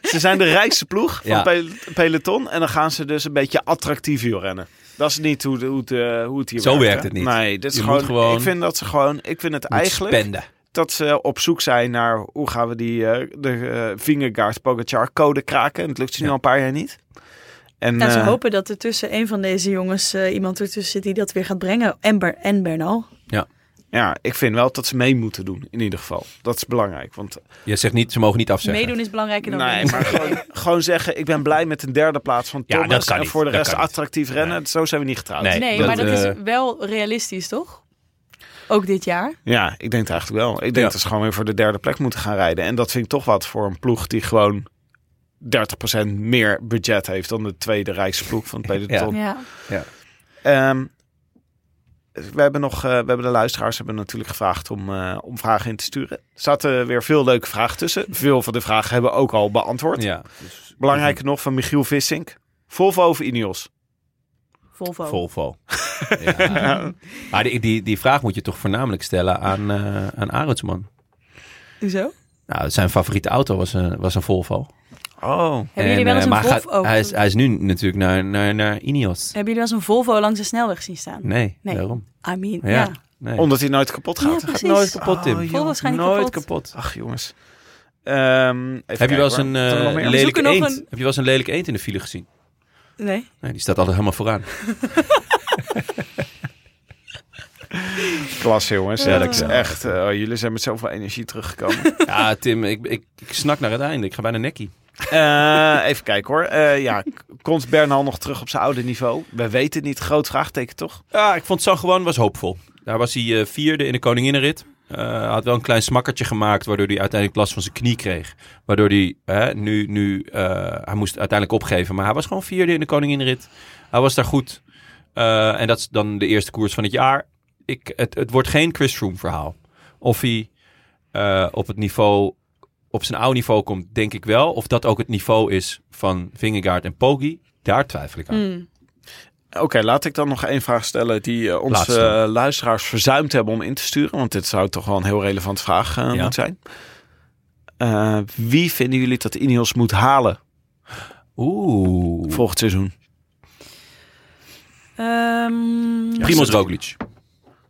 ze zijn de rijkste ploeg van
Ja.
het pel- peloton. En dan gaan ze dus een beetje attractief wielrennen. Dat is niet hoe, de, hoe, de, hoe het hier
Zo
werkt.
werkt
hè.
het niet.
Nee, dit is
Je moet
gewoon,
gewoon-
Ik vind dat ze gewoon... Ik vind het eigenlijk...
Spenden.
dat ze op zoek zijn naar hoe gaan we die eh, de eh Vingegaard Pogacar code kraken. En het lukt ze nu
Ja.
al een paar jaar niet. En
Nou, ze
eh,
hopen dat er tussen een van deze jongens eh, iemand ertussen zit die dat weer gaat brengen. En, Ber- en Bernal.
ja, ik vind wel dat ze mee moeten doen in ieder geval. Dat is belangrijk. Want
Je zegt niet, ze mogen niet afzeggen.
Meedoen is belangrijker dan
nee,
winnen.
maar gewoon, gewoon zeggen ik ben blij met een derde plaats van
Ja,
Thomas
dat kan
en
niet.
voor de
Dat
rest
kan niet.
attractief rennen. Zo zijn we niet getrouwd.
Nee.
Nee,
dat,
maar dat
eh,
is wel realistisch, toch? Ook dit jaar.
Ja, ik denk het eigenlijk wel. Ik denk
Ja.
dat ze gewoon weer voor de derde plek moeten gaan rijden. En dat vind ik toch wat voor een ploeg die gewoon 30% meer budget heeft dan de tweede rijkste ploeg van het peloton.
Ja.
Ehm, we hebben nog, eh, we hebben de luisteraars hebben natuurlijk gevraagd om, eh, om vragen in te sturen. Er zaten weer veel leuke vragen tussen. Veel van de vragen hebben we ook al beantwoord.
Ja,
Belangrijker nog van Michiel Vissink. Volvo of Ineos?
Volvo.
Volvo. ja. Maar die, die, die vraag moet je toch voornamelijk stellen aan, eh aan Arendsman.
Hoezo?
Nou, zijn favoriete auto was een, was een Volvo.
Oh.
Hebben jullie wel eens
eh,
een
maar
Volvo?
gaat- hij, is, hij is nu natuurlijk naar, naar, naar Ineos.
Hebben jullie wel eens een Volvo langs de snelweg zien staan?
Nee,
Nee.
daarom.
I mean,
Ja.
ja.
Nee.
Omdat hij nooit kapot
Ja,
gaat.
precies.
Gaat nooit kapot.
kapot, Tim.
Oh, joh.
Volvo waarschijnlijk
Nooit
kapot.
kapot.
Ach jongens. Ehm, even
Heb je,
kijken,
wel eens
hoor.
een,
Wat hadden we nog
eh,
meer?
lelijke
zoeken nog
eend?
een-
Heb je wel eens een lelijke eend in de file gezien?
Nee?
Nee, die staat altijd helemaal vooraan.
Klasse jongens.
Ja,
Ja,
dat
dat is
wel.
echt. eh, oh, jullie zijn met zoveel energie teruggekomen.
Ja, Tim, ik, ik, ik snak naar het einde. Ik ga bijna nekkie.
Eh, even kijken hoor. Eh, ja, k- komt Bernal nog terug op zijn oude niveau? We weten het niet. Groot vraagteken toch?
Ja, ik vond San Juan was hoopvol. Daar was hij eh, vierde in de koninginnenrit. Eh had wel een klein smakkertje gemaakt, waardoor hij uiteindelijk last van zijn knie kreeg. Waardoor hij hè, nu, nu eh, hij moest uiteindelijk opgeven. Maar hij was gewoon vierde in de koninginnenrit. Hij was daar goed. Eh, en dat is dan de eerste koers van het jaar. Ik, het, het wordt geen Chris Froome verhaal. Of hij eh, op het niveau, op zijn oude niveau komt, denk ik wel. Of dat ook het niveau is van Vingegaard en Poggi, daar twijfel ik aan.
Hmm.
Oké, laat ik dan nog één vraag stellen die eh, onze
Laatste.
eh, luisteraars verzuimd hebben om in te sturen. Want dit zou toch wel een heel relevante vraag eh,
Ja.
moeten zijn. Eh, wie vinden jullie dat Ineos moet halen
Oeh.
volgend seizoen?
Ehm, ja.
Primoz Roglic.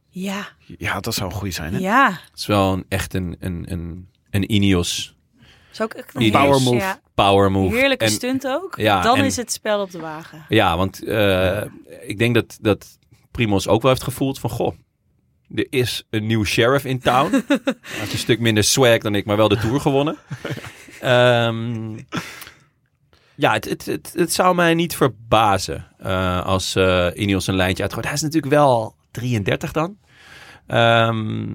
Ja.
Ja, dat zou een goeie zijn hè?
Het is wel een, echt een, een, een, een Ineos
Zou ik echt
Die
nog-
power
move.
Ja.
power move.
Heerlijke
En-
stunt ook.
Ja,
Dan
en-
is het spel op de wagen.
Ja, want eh, ik denk dat, dat Primoz ook wel heeft gevoeld van... Goh, er is een nieuw sheriff in town. Hij heeft een stuk minder swag dan ik, maar wel de Tour gewonnen. Ehm, ja, het, het, het, het zou mij niet verbazen eh, als eh Ineos een lijntje uitgooit. Hij is natuurlijk wel 33 dan. Ehm,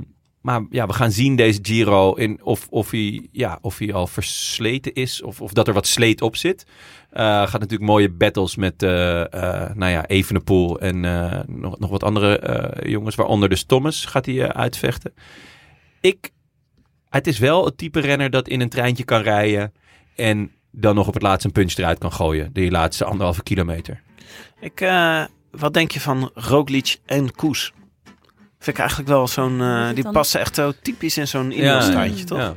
maar ja, we gaan zien deze Giro in of, of, hij, ja, of hij al versleten is of, of dat er wat sleet op zit. Eh, gaat natuurlijk mooie battles met eh eh nou ja, Evenepoel en eh, nog, nog wat andere eh, jongens, waaronder dus Thomas gaat hij eh, uitvechten. Ik, het is wel het type renner dat in een treintje kan rijden en dan nog op het laatst een punch eruit kan gooien. Die laatste anderhalve kilometer.
Ik, eh, wat denk je van Roglic en Koes? Vind ik eigenlijk wel zo'n... eh,
Is het
die
dan-
passen echt zo typisch in zo'n
Ja.
Ineos-tijdje, toch?
Ja,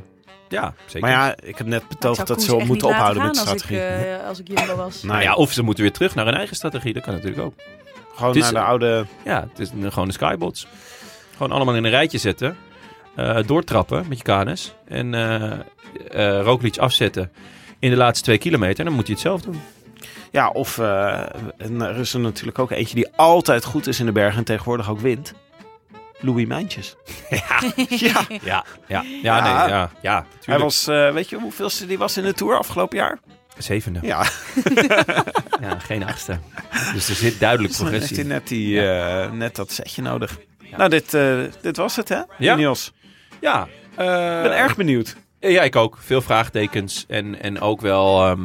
ja zeker.
Maar ja, ik heb net
Ik
betoogd
Nou, zou
dat
Koes
ze
echt
moeten
niet laten
ophouden met
gaan
strategie.
Als ik, eh, als ik Jumbo was.
Nou
nou ja, of ze moeten weer terug naar hun eigen strategie. Dat kan natuurlijk ook.
Gewoon
Het is-
naar de oude...
Ja, het is een- gewoon de skybots. Gewoon allemaal in een rijtje zetten. eh, doortrappen met je kanis. En eh eh, Roglic afzetten in de laatste twee kilometer. En dan moet hij het zelf doen.
Ja, of eh, en er is er natuurlijk ook eentje die altijd goed is in de bergen en tegenwoordig ook wint. Louis Mijntjes. ja.
Ja, ja, ja,
Ja.
nee, ja, ja.
Hij
tuurlijk.
was, eh, weet je hoeveelste die was in de Tour afgelopen jaar?
zevende. Ja.
Ja,
geen achtste. Dus er zit duidelijk
dus dan heeft hij
progressie. in.
net, die, eh, net dat setje nodig. Nou, dit, eh, dit was het hè,
Ja.
Ineos.
Ja,
Ik ben erg benieuwd.
Eh, Ja, ik ook. Veel vraagtekens. En, en ook wel. ehm,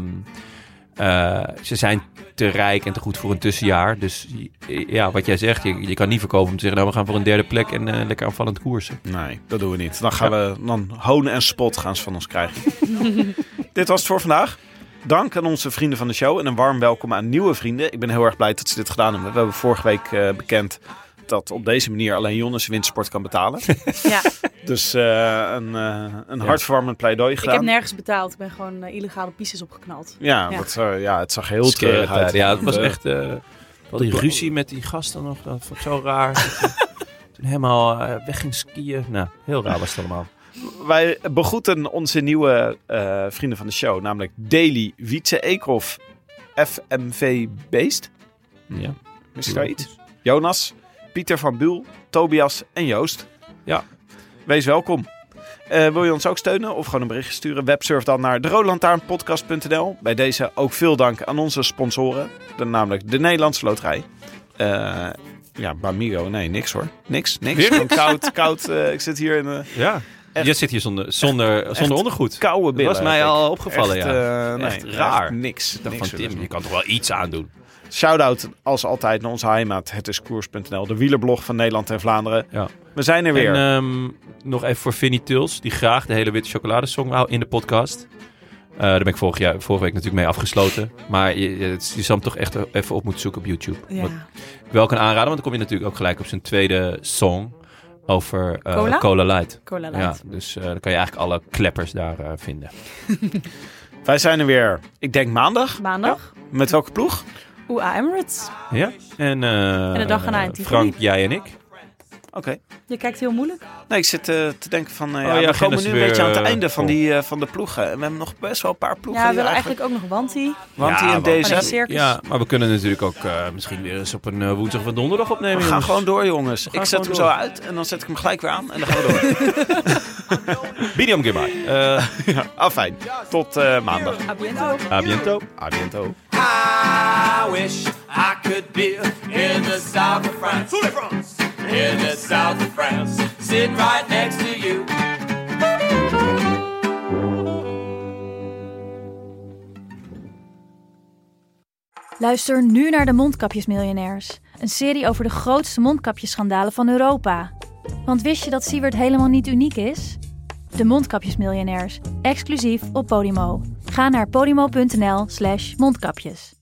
eh, ze zijn te rijk en te goed voor een tussenjaar. Dus ja, wat jij zegt, je, je kan niet verkopen om te zeggen: nou, we gaan voor een derde plek en eh, lekker aanvallend koersen.
Nee, dat doen we niet. Dan gaan we dan honen en spot gaan ze van ons krijgen. dit was het voor vandaag. Dank aan onze vrienden van de show en een warm welkom aan nieuwe vrienden. Ik ben heel erg blij dat ze dit gedaan hebben. We hebben vorige week eh, bekend dat op deze manier alleen Jonnes wintersport kan betalen.
Ja.
dus eh, een, eh, een hartverwarmend pleidooi
Ik heb
gedaan.
nergens betaald. Ik ben gewoon eh, illegale pieces opgeknald.
ja,
Ja.
Dat, eh, ja, het zag heel
Scare
treurig uit.
tijden. Ja, het was
Eh,
echt. eh wel die ruzie met die gasten nog. Dat vond ik zo raar. Dat je Toen helemaal eh, weg ging skiën. Nou, heel raar was het allemaal.
Wij begroeten onze nieuwe eh, vrienden van de show, namelijk Daily Wietse Eekhoff, FMV Beest.
Ja.
Mis ik daar iets? Jonas, Pieter van Buul, Tobias en Joost.
Ja.
Wees welkom. Eh, wil je ons ook steunen of gewoon een berichtje sturen? Websurf dan naar deroodlantaarnpodcast.nl. Bij deze ook veel dank aan onze sponsoren, de, namelijk de Nederlandse Loterij. Eh, ja, Bamigo, nee, niks hoor. Niks, niks. Gewoon koud, koud. eh, ik zit hier in de
Ja.
Echt.
Jij zit hier zonder, zonder, zonder ondergoed.
koude
Dat
billen.
was mij
heb ik.
al opgevallen,
Echt,
ja.
eh,
Echt
nee,
raar.
echt niks.
Ik dacht
niks
van
willen
Tim,
ze.
je kan toch wel iets aandoen.
Shout-out als altijd naar onze heimaat, het is koers.nl. De wielerblog van Nederland en Vlaanderen.
Ja.
We zijn er weer.
En ehm, nog even voor Vinnie Tuls, die graag de hele witte chocoladesong wou in de podcast. Eh, daar ben ik vorig jaar, vorige week natuurlijk mee afgesloten. Maar je, je, het- je zal hem toch echt even op moeten zoeken op YouTube.
Ja.
Wat ik wel kan aanraden, want dan kom je natuurlijk ook gelijk op zijn tweede song over eh,
Cola?
Cola? Light.
Cola
Ja,
Light.
dus eh, dan kan je eigenlijk alle kleppers daar eh, vinden.
Wij zijn er weer, ik denk maandag.
Maandag.
Met welke ploeg?
UAE Emirates.
Ja? En, eh,
En de dag erna in
eh,
Tivoli.
Frank, jij en ik.
Oké.
Je kijkt heel moeilijk.
Nee, ik zit eh, te denken van, eh,
Oh
ja,
ja,
we
Guinness
komen nu een
weer,
beetje aan het
eh,
einde van,
vol.
die, eh, van de ploegen. En we hebben nog best wel een paar ploegen
ja, we
hier
willen
eigenlijk.
eigenlijk ook nog Wanti.
Want
Ja,
die in
want-
Van een
deze...
circus.
Ja, maar we kunnen natuurlijk ook eh, misschien weer eens op een eh, woensdag of een donderdag opnemen.
We gaan
jongens.
gewoon door, jongens.
gaan
Ik zet hem
gewoon
zo
door.
uit en dan zet ik hem gelijk weer aan en dan gaan we door.
Bidiam Gimai. Eh
Ah, fijn. Tot eh, maandag.
Abiento.
a biento.
A biento.
I wish I could be in the south of France. In the south of France. Sitting right next to you.
Luister nu naar de Mondkapjesmiljonairs. Een serie over de grootste mondkapjesschandalen van Europa. Want wist je dat Siewert helemaal niet uniek is? De Mondkapjesmiljonairs, exclusief op Podimo. Ga naar podimo.nl slash mondkapjes.